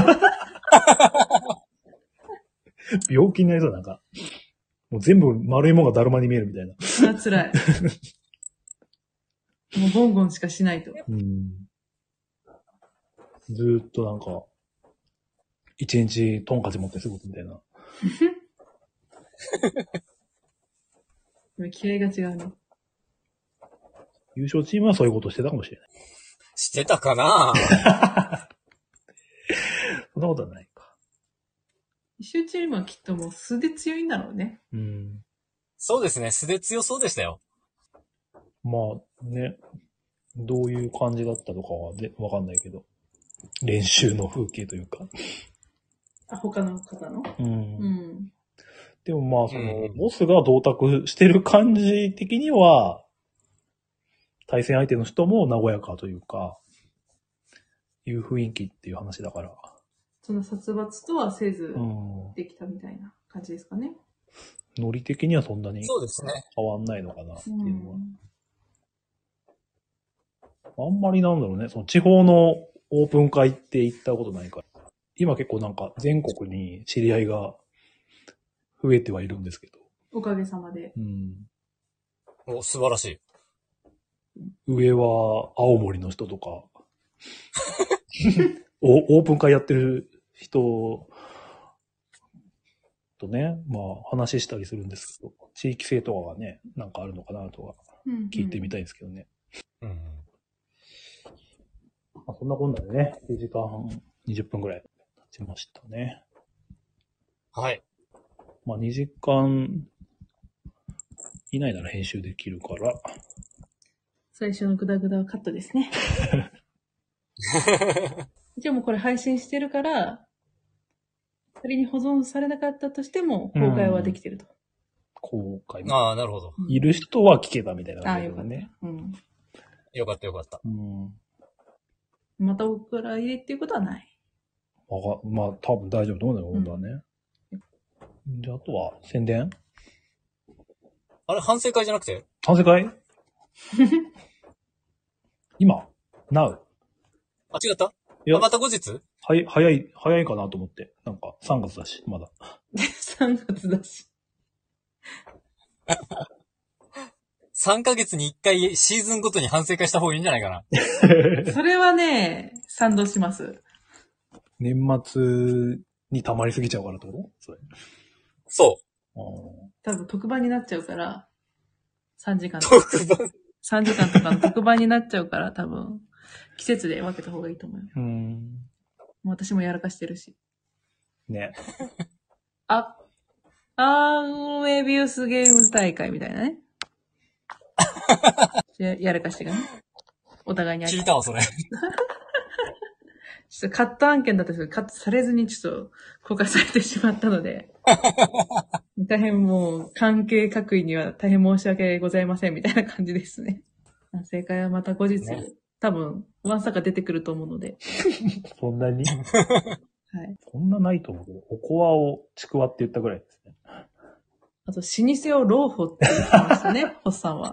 A: 病気になりそう、なんか。もう全部丸いもんがだるまに見えるみたいな。
B: それは辛い。 もうゴンゴンしかしないと。
A: うん。ずーっとなんか、一日トンカチ持って過ごすみたいな。
B: でも気合が違うね。
A: 優勝チームはそういうことしてたかもしれない。
C: してたかな
A: そんなことはないか。
B: 一周チームはきっともう素で強いんだろうね。
A: うん。
C: そうですね。素で強そうでしたよ。
A: まあね、どういう感じだったとかはでわかんないけど、練習の風景というか。
B: あ、他の方の
A: うん
B: うん。
A: でもまあ、そ
C: うんう
A: の、
C: ん
A: ボスが同卓してる感じ的には、対戦相手の人も和やかというか、いう雰囲気っていう話だから。
B: その殺伐とはせず
A: うん。
B: できたみたいな感じですかね。
A: ノリ的にはそんなに
C: そうですね。
A: 変わんないのかなっていううのは。
B: ん。
A: あんまりなんだろうね、その地方のオープン会って行ったことないから。今結構なんか全国に知り合いが増えてはいるんですけど。
B: おかげさまで。
A: うん。
C: お、素晴らしい。
A: 上は青森の人とか、おオープン会やってる人とね、まあ話したりするんですけど、地域性とかがね、なんかあるのかなとは聞いてみ
B: た。
A: たいんですけどね。
C: うん。
A: まあ、そんなこんなでね、1時間半20分くらい経ちましたね。
C: はい。
A: まあ2時間以内なら編集できるから、
B: 最初のグダグダはカットで すね。じゃあもうこれ配信してるから、仮に保存されなかったとしても、公開はできてると。
A: 公開。
C: ああ、なるほど。
A: いる人は聞けたみたいな
B: あ
A: 感
B: あ、
A: じだ
B: よ
A: けど
B: かった
A: ね。。
B: うん。
C: よかったよかった。
A: うん。
B: またお蔵入れっていうことは ない。
A: わか、まあ、多分大丈夫と思うんだよ、
B: うん
A: 本当はね。じゃあ、あとは、宣伝
C: あれ、反省会じゃなくて
A: 反省会 今 ?now?
C: あ、違った
A: いや
C: あまた後日
A: はい、早い、早いかなと思って。なんか、3月だし、ま だ。
B: 3月だし。
C: ?3 ヶ月に1回シーズンごとに反省会した方がいいんじゃないかな。
B: それはね、賛同します。
A: 年末に溜まりすぎちゃうからってことそれ。
C: そ
A: あー
B: 多分特番になっちゃうから、3時間
C: う。、特番。
B: 3時間とかの特番になっちゃうから、多分、季節で分けた方がいいと思うよ。
A: うーん。
B: もう私もやらかしてるし。
A: ね。
B: あ、アーメビウスゲームズ大会みたいな ね。ややらかしてがね。お互いにあ
C: 聞い
B: り。
C: たわ、それ。
B: ちょっとカット案件だったんですけど、カットされずにちょっと公開されてしまったの で。大変もう、関係各位には大変申し訳ございませんみたいな感じですね。正解はまた後日、
C: ね
B: 多分、ワンサが出てくると思うので。
A: そんなに
B: はい。
A: そんなないと思うけど、おこわをちくわって言ったぐらいですね。
B: あと、老舗を老舗って言ってましたね、ホッさ んは。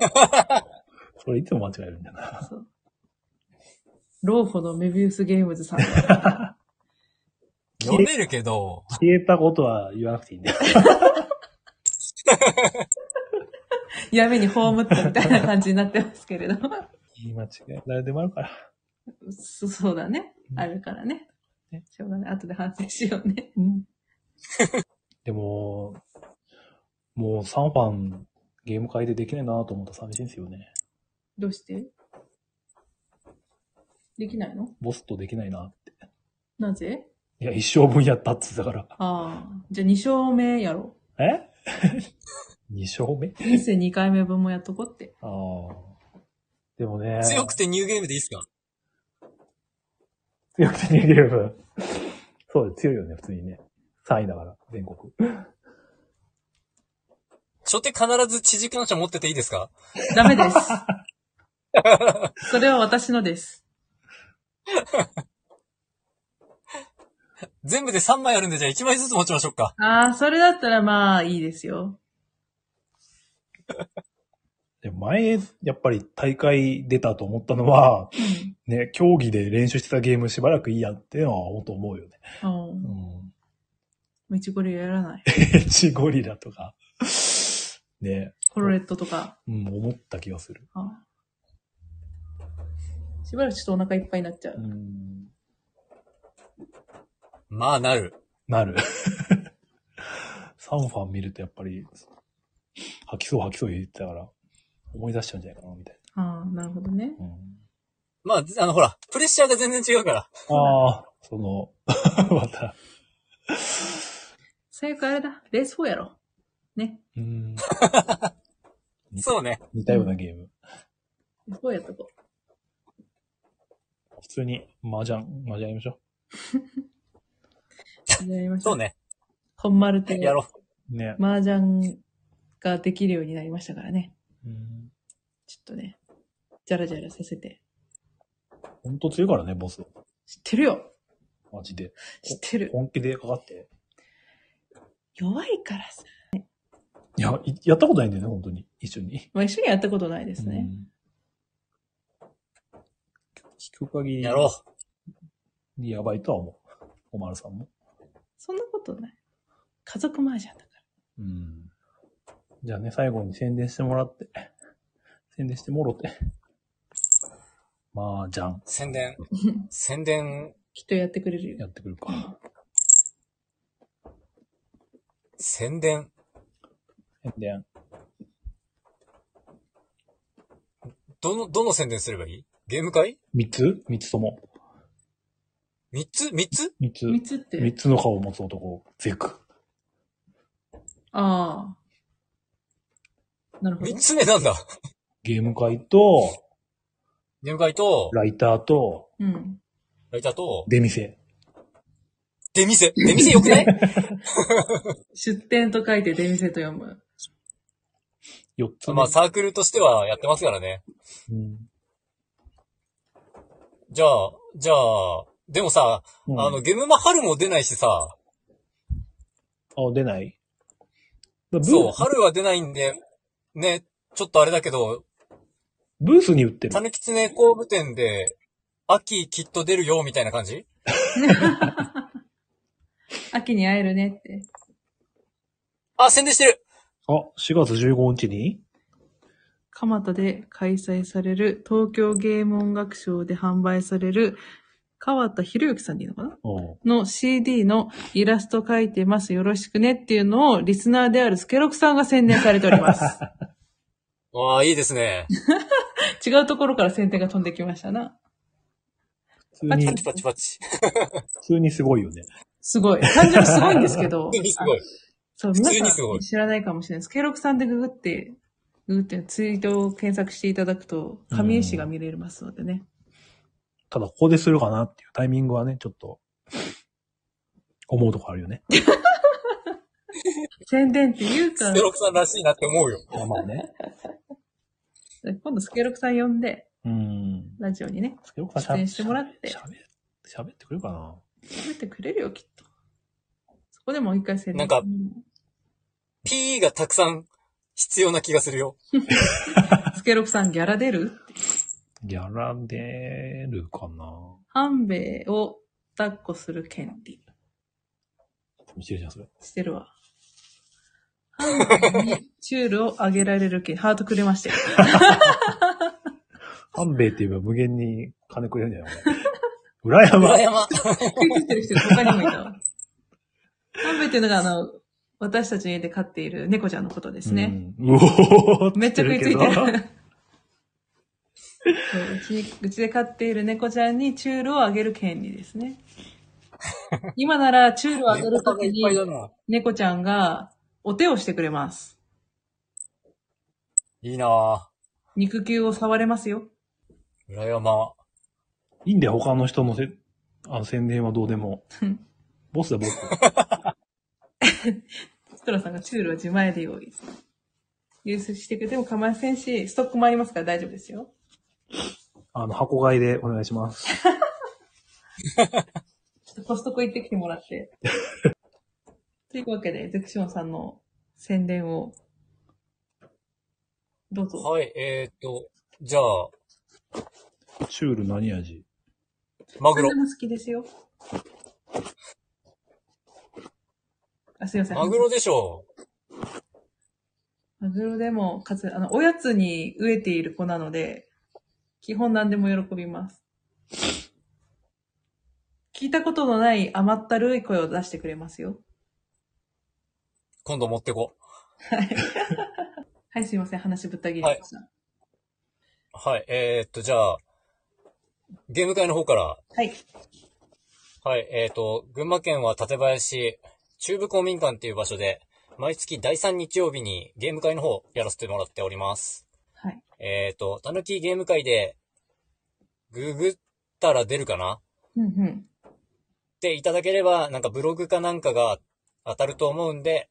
A: それいつも間違えるんだよな。
B: そう。老舗のメビウスゲームズさん。
C: 読めるけど、
A: 消えたことは言わなくていいんだよ。
B: 闇に葬ったみたいな感じになってますけれど。
A: 言い間違え。誰でもあるから。
B: そ そうだね
A: う。ん
B: あるからね
A: ね。
B: しょうがない。後で反省しようね。
A: でも、もう3番ゲーム会でできないなと思ったら寂しいんですよね。
B: どうしてできないの
A: ボスとできないなって。
B: なぜ
A: いや、一生分やったっつってたか
B: ああ。じゃあ2勝目やろ
A: ら。え ?2 勝目
B: う。 人生2回目分もやっとこって。
A: ああ。でもね。
C: 強くてニューゲームでいいっすか
A: 強くて逃げれば。そうです、強いよね、普通にね。3位だから、全国。
C: 初手必ず知事感者持ってていいですか
B: ダメ です。それは私のです。
C: 全部で3枚あるんで、じゃあ1枚ずつ持ちましょうか。
B: ああ、それだったらまあいいですよ。
A: で前、やっぱり大会出たと思ったのは、ね、競技で練習してたゲームしばらくいいやっていうのは本当思うよね。
B: うん。
A: う
B: も
A: ん。
B: ういちごりやらない。
A: ペチゴリラとか、ね、
B: コロレットとか。
A: うん、思った気がする。
B: あしばらくちょっとお腹いっぱいになっちゃう。
A: ん、
C: まあ、なる。
A: なる。 サンファン見るとやっぱり、吐きそう吐きそう言ってたから、思い出しちゃうんじゃないかな、みたい
B: ああ、なるほどね。
A: な。うん、
C: まあ、あの、ほら、プレッシャーが全然違うから。
A: ああ、その、 また。
B: 最悪あれだ。レース4やろ。ね。
A: うん。
C: そうね。
A: 似たようなゲーム。
B: レース4やっとこ
A: 普通に、麻雀、麻雀やりましょ
B: う。やりましょ
C: そう
B: う。
C: ね。
B: 本丸と
C: やろ
A: う。ね。
B: 麻雀ができるようになりましたからね。
A: うん。
B: ちょっとね、じゃらじゃらさせて。
A: ほんと強いからね、ボス。
B: 知ってるよ
A: マジで。
B: 知ってる。
A: 本気でかかって。
B: 弱いからさ。
A: いや、いやったことないんだよね、本当に。一緒に。
B: まあ一緒にやったことないで
A: です
B: ね。。
A: 聞く限
C: う。
A: り、
C: やろ
A: やばいとは思う。おまるさんも。
B: そんなことない。家族麻雀だから。
A: うん。じゃあね、最後に宣伝してもらって。宣伝してもろて。麻雀
C: う。宣伝。宣伝、
B: きっとやってくれるよ。
A: やってくるか。
C: 宣伝。
A: 宣伝。
C: どの、どの宣伝すればいいゲーム会
A: 三つ三つとも。
C: 三つ三つ
A: 三つ。
B: 三つって。
A: 三つの顔を持つ男。ゼク。
B: ああ。なるほど
C: 三。つ目なんだ。
A: ゲーム会と、
C: ゲーム会と、
A: ライターと、
B: うん。
C: ライターと、
A: 出店。
C: 出店。出店よくない
B: 出店と書いて出店と読 む。
A: 四つ目。
C: まあサークルとしてはやってますからね。
A: うん。
C: じゃあ、じゃあ、でもさ、
A: うん
C: あの、ゲームマ春も出ないしさ、
A: あ、出ないブ
C: そう、
A: ー
C: 春は出ないんで、ね、ちょっとあれだけど、
A: ブースに売ってる
C: た。ぬきつね工務店で、秋きっと出るよ、みたいな感じ
B: 秋に会えるねって。
C: あ、宣伝してる
A: あ、4月15日に
B: 蒲田で開催される東京ゲーム音楽賞で販売される川田博之さんでいいのかな
A: うん。
B: の CD のイラスト描いてます。よろしくねっていうのをリスナーであるスケロクさんが宣伝されており ます。
C: わあ、いいですね。
B: 違うところから宣伝が飛んできましたな。
A: 普通に、
B: あ
C: パチパチパチ。
A: 普通にすごいよね。
B: すごい。感情すごいんですけど。
C: 普通にす ごい。
B: そう、
C: 普
B: 皆
C: 通にす
B: さ
C: ごい
B: ん知らないかもしれないです。ケイロクさんでググって、ググってツイートを検索していただくと、神絵師が見れますのでね。
A: ただ、ここでするかなっていうタイミングはね、ちょっと、思うとこあるよね。
B: 宣伝っていうか
C: ステ、ロクさんらしいなって思うよ。
A: まあまあね。
B: 今度スケイロクさん呼んで、
A: うん。
B: ラジオにね、
A: よく
B: 出演してもらって
A: 喋、喋ってくれるかな
B: 喋ってくれるよ、きっと。そこでもう一回宣伝。
C: なんか P がたくさん必要な気がするよ。
B: スケイロクさんギャラ出る
A: やられるかな
B: 半兵衛を抱っこする権利。
A: 見てるじゃん、それ。
B: してるわ。半兵衛にチュールをあげられる権利。ハートくれましたよ。
A: 半兵衛って言えば無限に金くれるんじゃないお前羨ま
C: 裏
A: しい。
C: 山。
B: 食いついてる人他にもいたわ。ハンベっていうのが、あの、私たちの家で飼っている猫ちゃんのことですね。
A: うん。うおー
B: めっちゃ食いついてる。
A: 言
B: そ
A: っ
B: ううちにうちで飼っている猫ちゃんにチュールをあげる権利ですね。今ならチュールをあげるとき
C: いっぱい
B: に
C: だな。
B: 猫ちゃんがお手をしてくれます。
C: いいなぁ。
B: 肉球を触れますよ。
C: 裏山。
A: いいんだよ、他の人のせあの宣伝はどうでも
B: うん。
A: ボスだ、ボス。
B: ストラさんがチュールを自前で用意。流出してくれても構いませんし、ストックもありますから大丈夫ですよ。
A: あの、箱買いでお願いします。
B: ちょっとコストコ行ってきてもら って。というわけで、ゼクションさんの宣伝を、どうぞ。
C: はい、えー、っと、じゃあ、
A: チュール何味
C: マ
B: 何
C: グロ
B: で。も好きですよ。あ、すいません。
C: マグロでしょ
B: マグロでも、かつ、あの、おやつに飢えている子なので、基本何でも喜びます。聞いたことのない甘ったるい声を出してくれますよ。
C: 今度持ってこ。
B: はい、すいません。話ぶった切りました。
C: はい、えー、っと、じゃあ、ゲーム会の方から、
B: はい。
C: はい、えっ、と、群馬県は館林中部公民館っていう場所で、毎月第3日曜日にゲーム会の方やらせてもらっております。
B: はい。
C: えっ、と、たぬきゲーム会で、ググったら出るかな
B: うんうん。
C: っていただければ、なんかブログかなんかが当たると思うんで、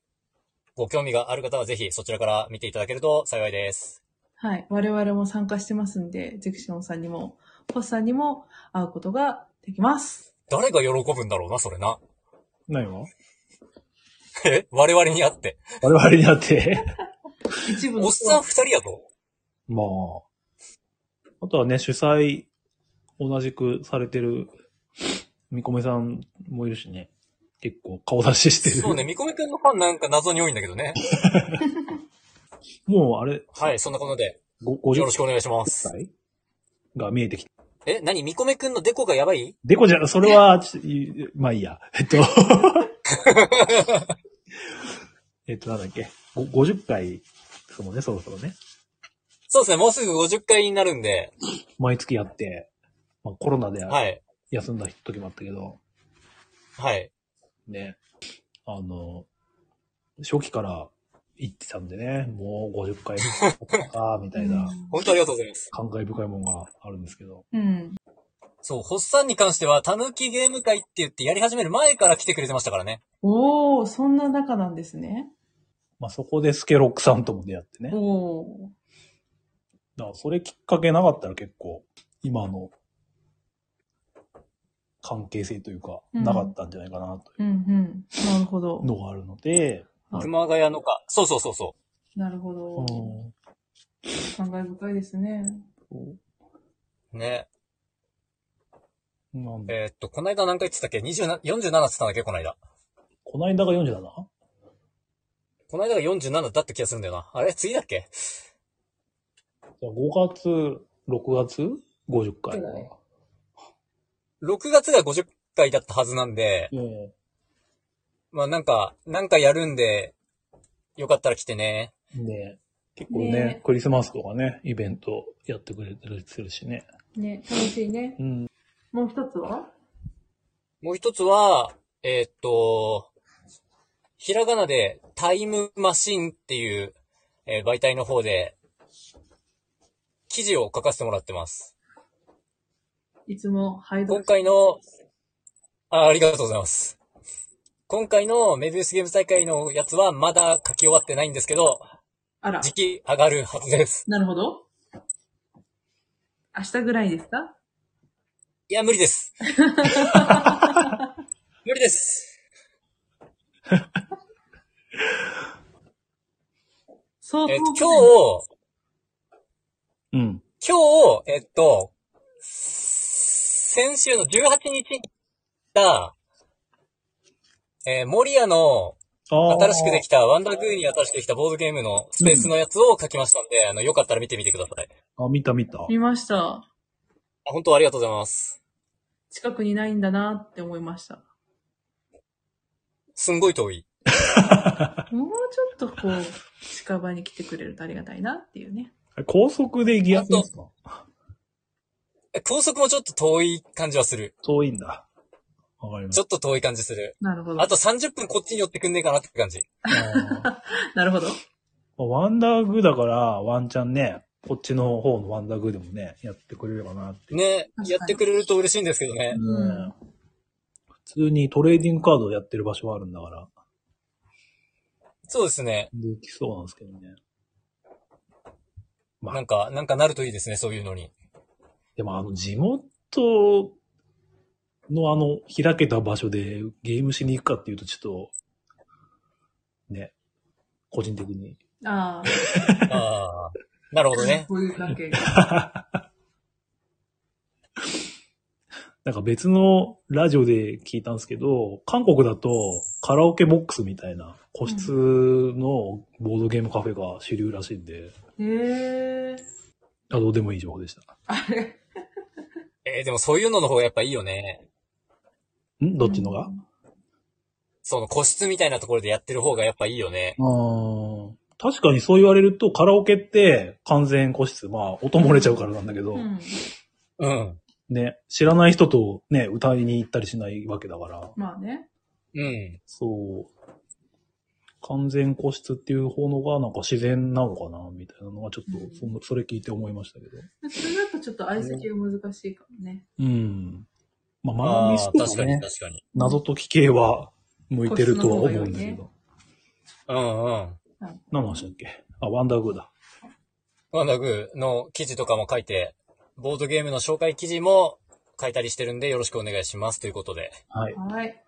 C: ご興味がある方はぜひそちらから見ていただけると幸いです。
B: はい。我々も参加してますんで、ジェクションさんにも、星さんにも会うことができます。
C: 誰が喜ぶんだろうな、それな。
A: ないわ。
C: え我々に会って。
A: 我々にあって。
B: 一部の
C: おっさん二人やぞ。
A: まあ。あとはね、主催、同じくされてる、みこめさんもいるしね。結構顔出ししてる。
C: そうね、みこみくんのファンなんか謎に多いんだけどね。
A: もうあれ、
C: はい、そんなことで、
A: ご
C: よ
A: 50
C: ろしくお願いします。
A: 歳が見えてきた。
C: え、なにみこめくんのデコがやばい
A: でこじゃ、それは、ちょいまあいいや。えっ と。えっと、なんだっけ。ご50回ですもんね、そろそろね。
C: そうですね、もうすぐ50回になるんで、
A: 毎月やって、まあ、コロナで
C: はい、
A: 休んだ時もあったけど、
C: はい。
A: ね。あの、初期から行ってたんでね、もう50回か、みたいな
C: 本当ありがとうございます。
A: 感慨深いもんがあるんですけど。
B: うん。
C: そう、ホッサンに関しては、たぬきゲーム会って言ってやり始める前から来てくれてましたからね。
B: おー、そんな仲なんですね。
A: まあ、そこでスケロックさんとも出会ってね。
B: おー。
A: だからそれきっかけなかったら結構、今の関係性というか、
B: うん
A: なかったんじゃないかなとい
B: うんうん。なるほど
A: う。のがあるので、はい
C: 熊谷のか。そうそうそうそ。
B: なるほ
A: う
B: ど
A: ん。
B: 感慨深いですね。
A: そう
C: ね。
A: うなんで、
C: えーっと、この間何回言ってたっけ ?27、47って言ってたんだっけこの間。
A: こないだが 47?
C: この間が47だった気がするんだよな。あれ次だっけ
A: じゃあ5月、6月 ?50 回
B: そうだね。
C: ?6 月が50回だったはずなんで、
A: ええ
C: まあなんか、なんかやるんで、よかったら来てね。
A: ね結構ね
B: ね
A: クリスマスとかね、イベントやってくれてるするしね。
B: ね、楽しいね。
A: うん。
B: もう一つは
C: もう一つは、えーっと、ひらがなでタイムマシンっていう、えー媒体の方で、記事を書かせてもらってます。
B: いつも配
C: 今
B: 読
C: 回の、あありがとうございます。今回のメビウスゲームズ大会のやつはまだ書き終わってないんですけど、
B: あら、
C: 時期上がるはずです。
B: なるほど。明日ぐらいですか
C: いや、無理です。無理です。
B: そう、
C: えっと、今
B: そう
C: 日、
A: うん。
C: 今日、えっと、先週の18日に行った、えー、森屋の
A: あ
C: 新しくできた、ワンダーグーに新しくできたボードゲームのスペースのやつを書きましたんで、あの、よかったら見てみてください。
A: あ、見た見た。
B: 見ました。
C: あ本当ありがとうございます。
B: 近くにないんだなって思いました。
C: すんごい遠い。
B: もうちょっとこう、近場に来てくれるとありがたいなっていうね。
A: 高速で行きやすいんですか
C: え高速もちょっと遠い感じはする。
A: 遠いんだ。わかりま
C: ち
A: し
C: ょっと遠い感じする。
B: なるほど
C: あ。と30分こっちに寄ってくんねえかなって感じ。
A: た。あ
B: なるほど。
A: ーワンダーグーだから、ワンチャンね、こっちの方のワンダーグーでもね、やってくれればなって。
C: ね
B: か、に
C: やってくれると嬉しいんですけどね。
A: うん普通にトレーディングカードやってる場所はあるんだから、
C: そうですね。
A: できそうなんですけどね。まあ
C: なんか、なんかなるといいですね、そういうのに。
A: でもあの地元のあの開けた場所でゲームしに行くかっていうとちょっと、ね、個人的に。
B: ああ、
C: ああ、なるほどね。
B: こういう関係が。
A: なんか別のラジオで聞いたんですけど、韓国だとカラオケボックスみたいな個室のボードゲームカフェが主流らしいんで、
B: へえー。
A: あどうでもいい情報でした。
B: あれ
C: えーでもそういうのの方がやっぱいいよね。
A: んどっちのが、
C: その個室みたいなところでやってる方がやっぱいいよね。
A: あー確かにそう言われるとカラオケって完全個室、まあ音漏れちゃうからなんだけど、
B: うん。
C: うん。
A: ね、知らない人とね、歌いに行ったりしないわけだから、
B: まあね。
C: うん。
A: そう。完全個室っていう方のがなんか自然なのかな、みたいなのはちょっと、そのそれ聞いて思いましたけど。
B: それだとちょっと相席が難しいかもね。
A: うん。まあ、マ
C: あ
A: ナ
C: あ
A: ミス
C: ー、
A: と
C: 確か
A: か
C: に
A: ね、
C: 確かに。
A: 謎解き系は向いてるとは思うんだ
B: 個室の方が
A: け
B: 良い
A: ど。
C: うんうん。
A: 何の話だっけあ、ワンダーグーだ。
C: ワンダグーの記事とかも書いて、ボードゲームの紹介記事も書いたりしてるんでよろしくお願いしますということで。
A: はい。
B: はい。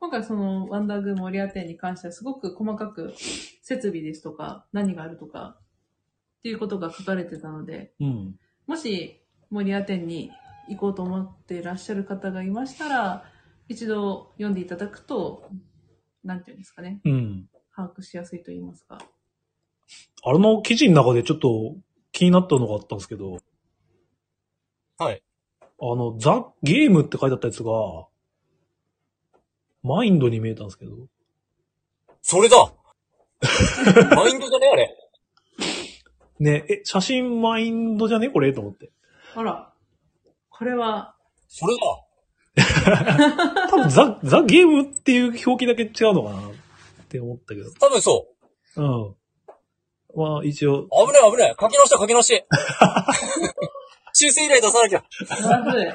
B: 今回そのワンダーグー森アテンに関してはすごく細かく設備ですとか何があるとかっていうことが書かれてたので、
A: うん。
B: もし森アテンに行こうと思っていらっしゃる方がいましたら、一度読んでいただくと、なんていうんですかね、
A: うん。
B: 把握しやすいと言いますか。
A: あれの記事の中でちょっと気になったのがあったんですけど、
C: はい。
A: あの、ザ・ゲームって書いてあったやつが、マインドに見えたんですけど、
C: それだマインドだね、あれ。
A: ね、え、写真マインドじゃねこれと思って。
B: あら、これは、
C: それだ
A: 多分 ザ、ザ・ゲームっていう表記だけ違うのかなって思ったけど。
C: 多分そ
A: うん。まあ、一応
C: う。、危ない危ない。書き直した書き直し。修正依頼出さなきゃ。
B: まずい。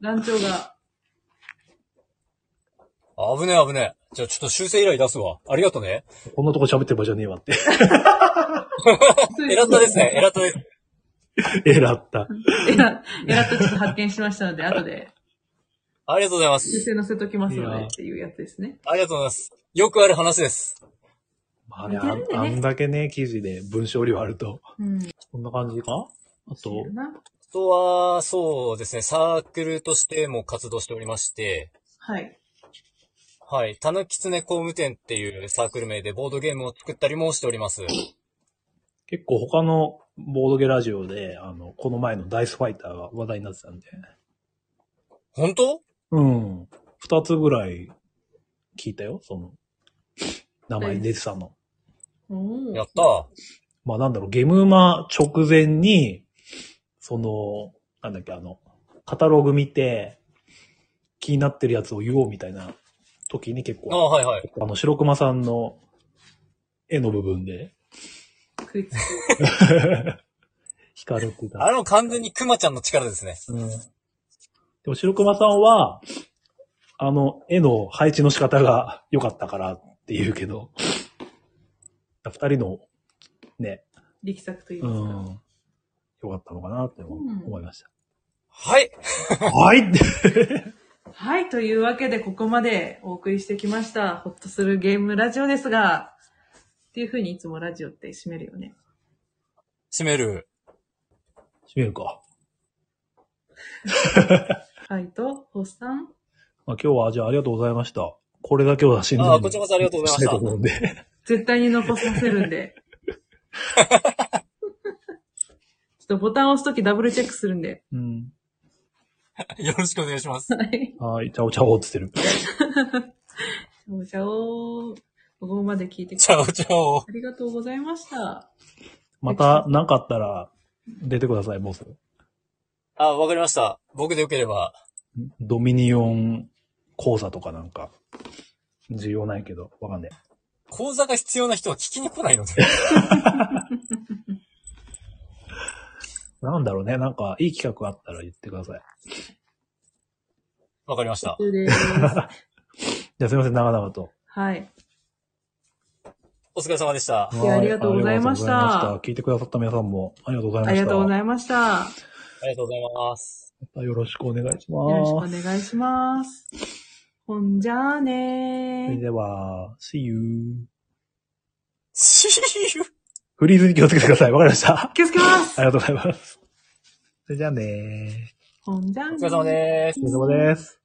B: 団長が、
C: 危ねえ危ねえ。じゃあちょっと修正依頼出すわ。ありがとね。
A: こんなとこ喋ってる場合じゃねえわって。
C: エラッタですね。エラッタです。
A: えらった。
B: えら、えらっとちょっと発見しましたので、後で
C: ありがとうございま
B: 修
C: す。
B: 正載せときますの
A: い
B: で
A: や
B: っていうやつですね。
C: ありがとうございます。よくある話です。
A: まあね、
B: 似てるんだね
A: ああんだけね、記事で文章量あると、
B: うん。
A: こんな感じかあと、
C: あとは、そうですね、サークルとしても活動しておりまして、
B: はい。
C: はい。たぬきつね工務店っていうサークル名でボードゲームを作ったりもしております。
A: 結構他のボードゲラジオで、あの、この前のダイスファイターが話題になってたんで。
C: 本当
A: うん。二つぐらい聞いたよ、その、名前出てたの。
B: お
C: やっ
B: ー
C: たー。
A: まあなんだろう、ゲムマ直前に、その、なんだっけ、あの、カタログ見て、気になってるやつを言おうみたいな時に結
C: あ
A: 構、
C: あ、はいはい。
A: あの、白熊さんの絵の部分で、
B: 食いつく。
A: 光ってた
C: あ。れも完全にクマちゃんの力ですね。
A: うん。でも白熊さんは、あの、絵の配置の仕方が良かったからって言うけど、二人の、ね、
B: 力作と言いうますか。
A: ん、良かったのかなって思
B: うん
A: 思いました。
C: はい。
A: はいって
B: はい、というわけでここまでお送りしてきました、ほっとするゲームラジオですが、っていう風にいつもラジオって締めるよね。
C: 閉める。
A: 閉めるか。
B: はいと、ほっさん、
A: まあ、今日はじゃあありがとうございました。これだけは死ぬ
C: あこちらこそありがとうございました
A: と思うんで。
B: 絶対に残させる んで。ちょっとボタンを押すときダブルチェックするんで。
A: うん。
C: よろしくお願いします。
B: はい。
A: はい、ちゃおちゃおってってる。
B: お茶を、ここまで聞いてくれて
C: チャオチャオ。
B: ありがとうございました。
A: また何かあったら出てください、ボス。
C: あ、わかりました。僕でよければ。
A: ドミニオン講座とかなんか、需要ないけど、わかんない。
C: 講座が必要な人は聞きに来ないので。
A: なんだろうね、なんかいい企画あったら言ってください。
C: わかりました。
B: 以上で す
A: じゃあすいません、長々と。
B: はい。
C: お疲れ様でした。
B: いやありがとうございました
A: はありがとうございました聞いてくださった皆さんもありがとうございま
B: あ
A: した。
B: りがとうござ
A: ま
B: いました。
C: ありがとうございます。
A: たよろしくお願いし
B: よろしくお
A: ます。
B: 願いします。ほんじゃあ
A: そ
B: ね
A: れ
B: ー。
A: では、See you.
C: See you!
A: フリーズに気をつけてください。わかりました。
B: 気をつけます
A: ありがとうございます。それじゃあね
B: ほんじゃあね
C: お
B: ー
C: 疲れ様です。
A: ー。お疲れ様です。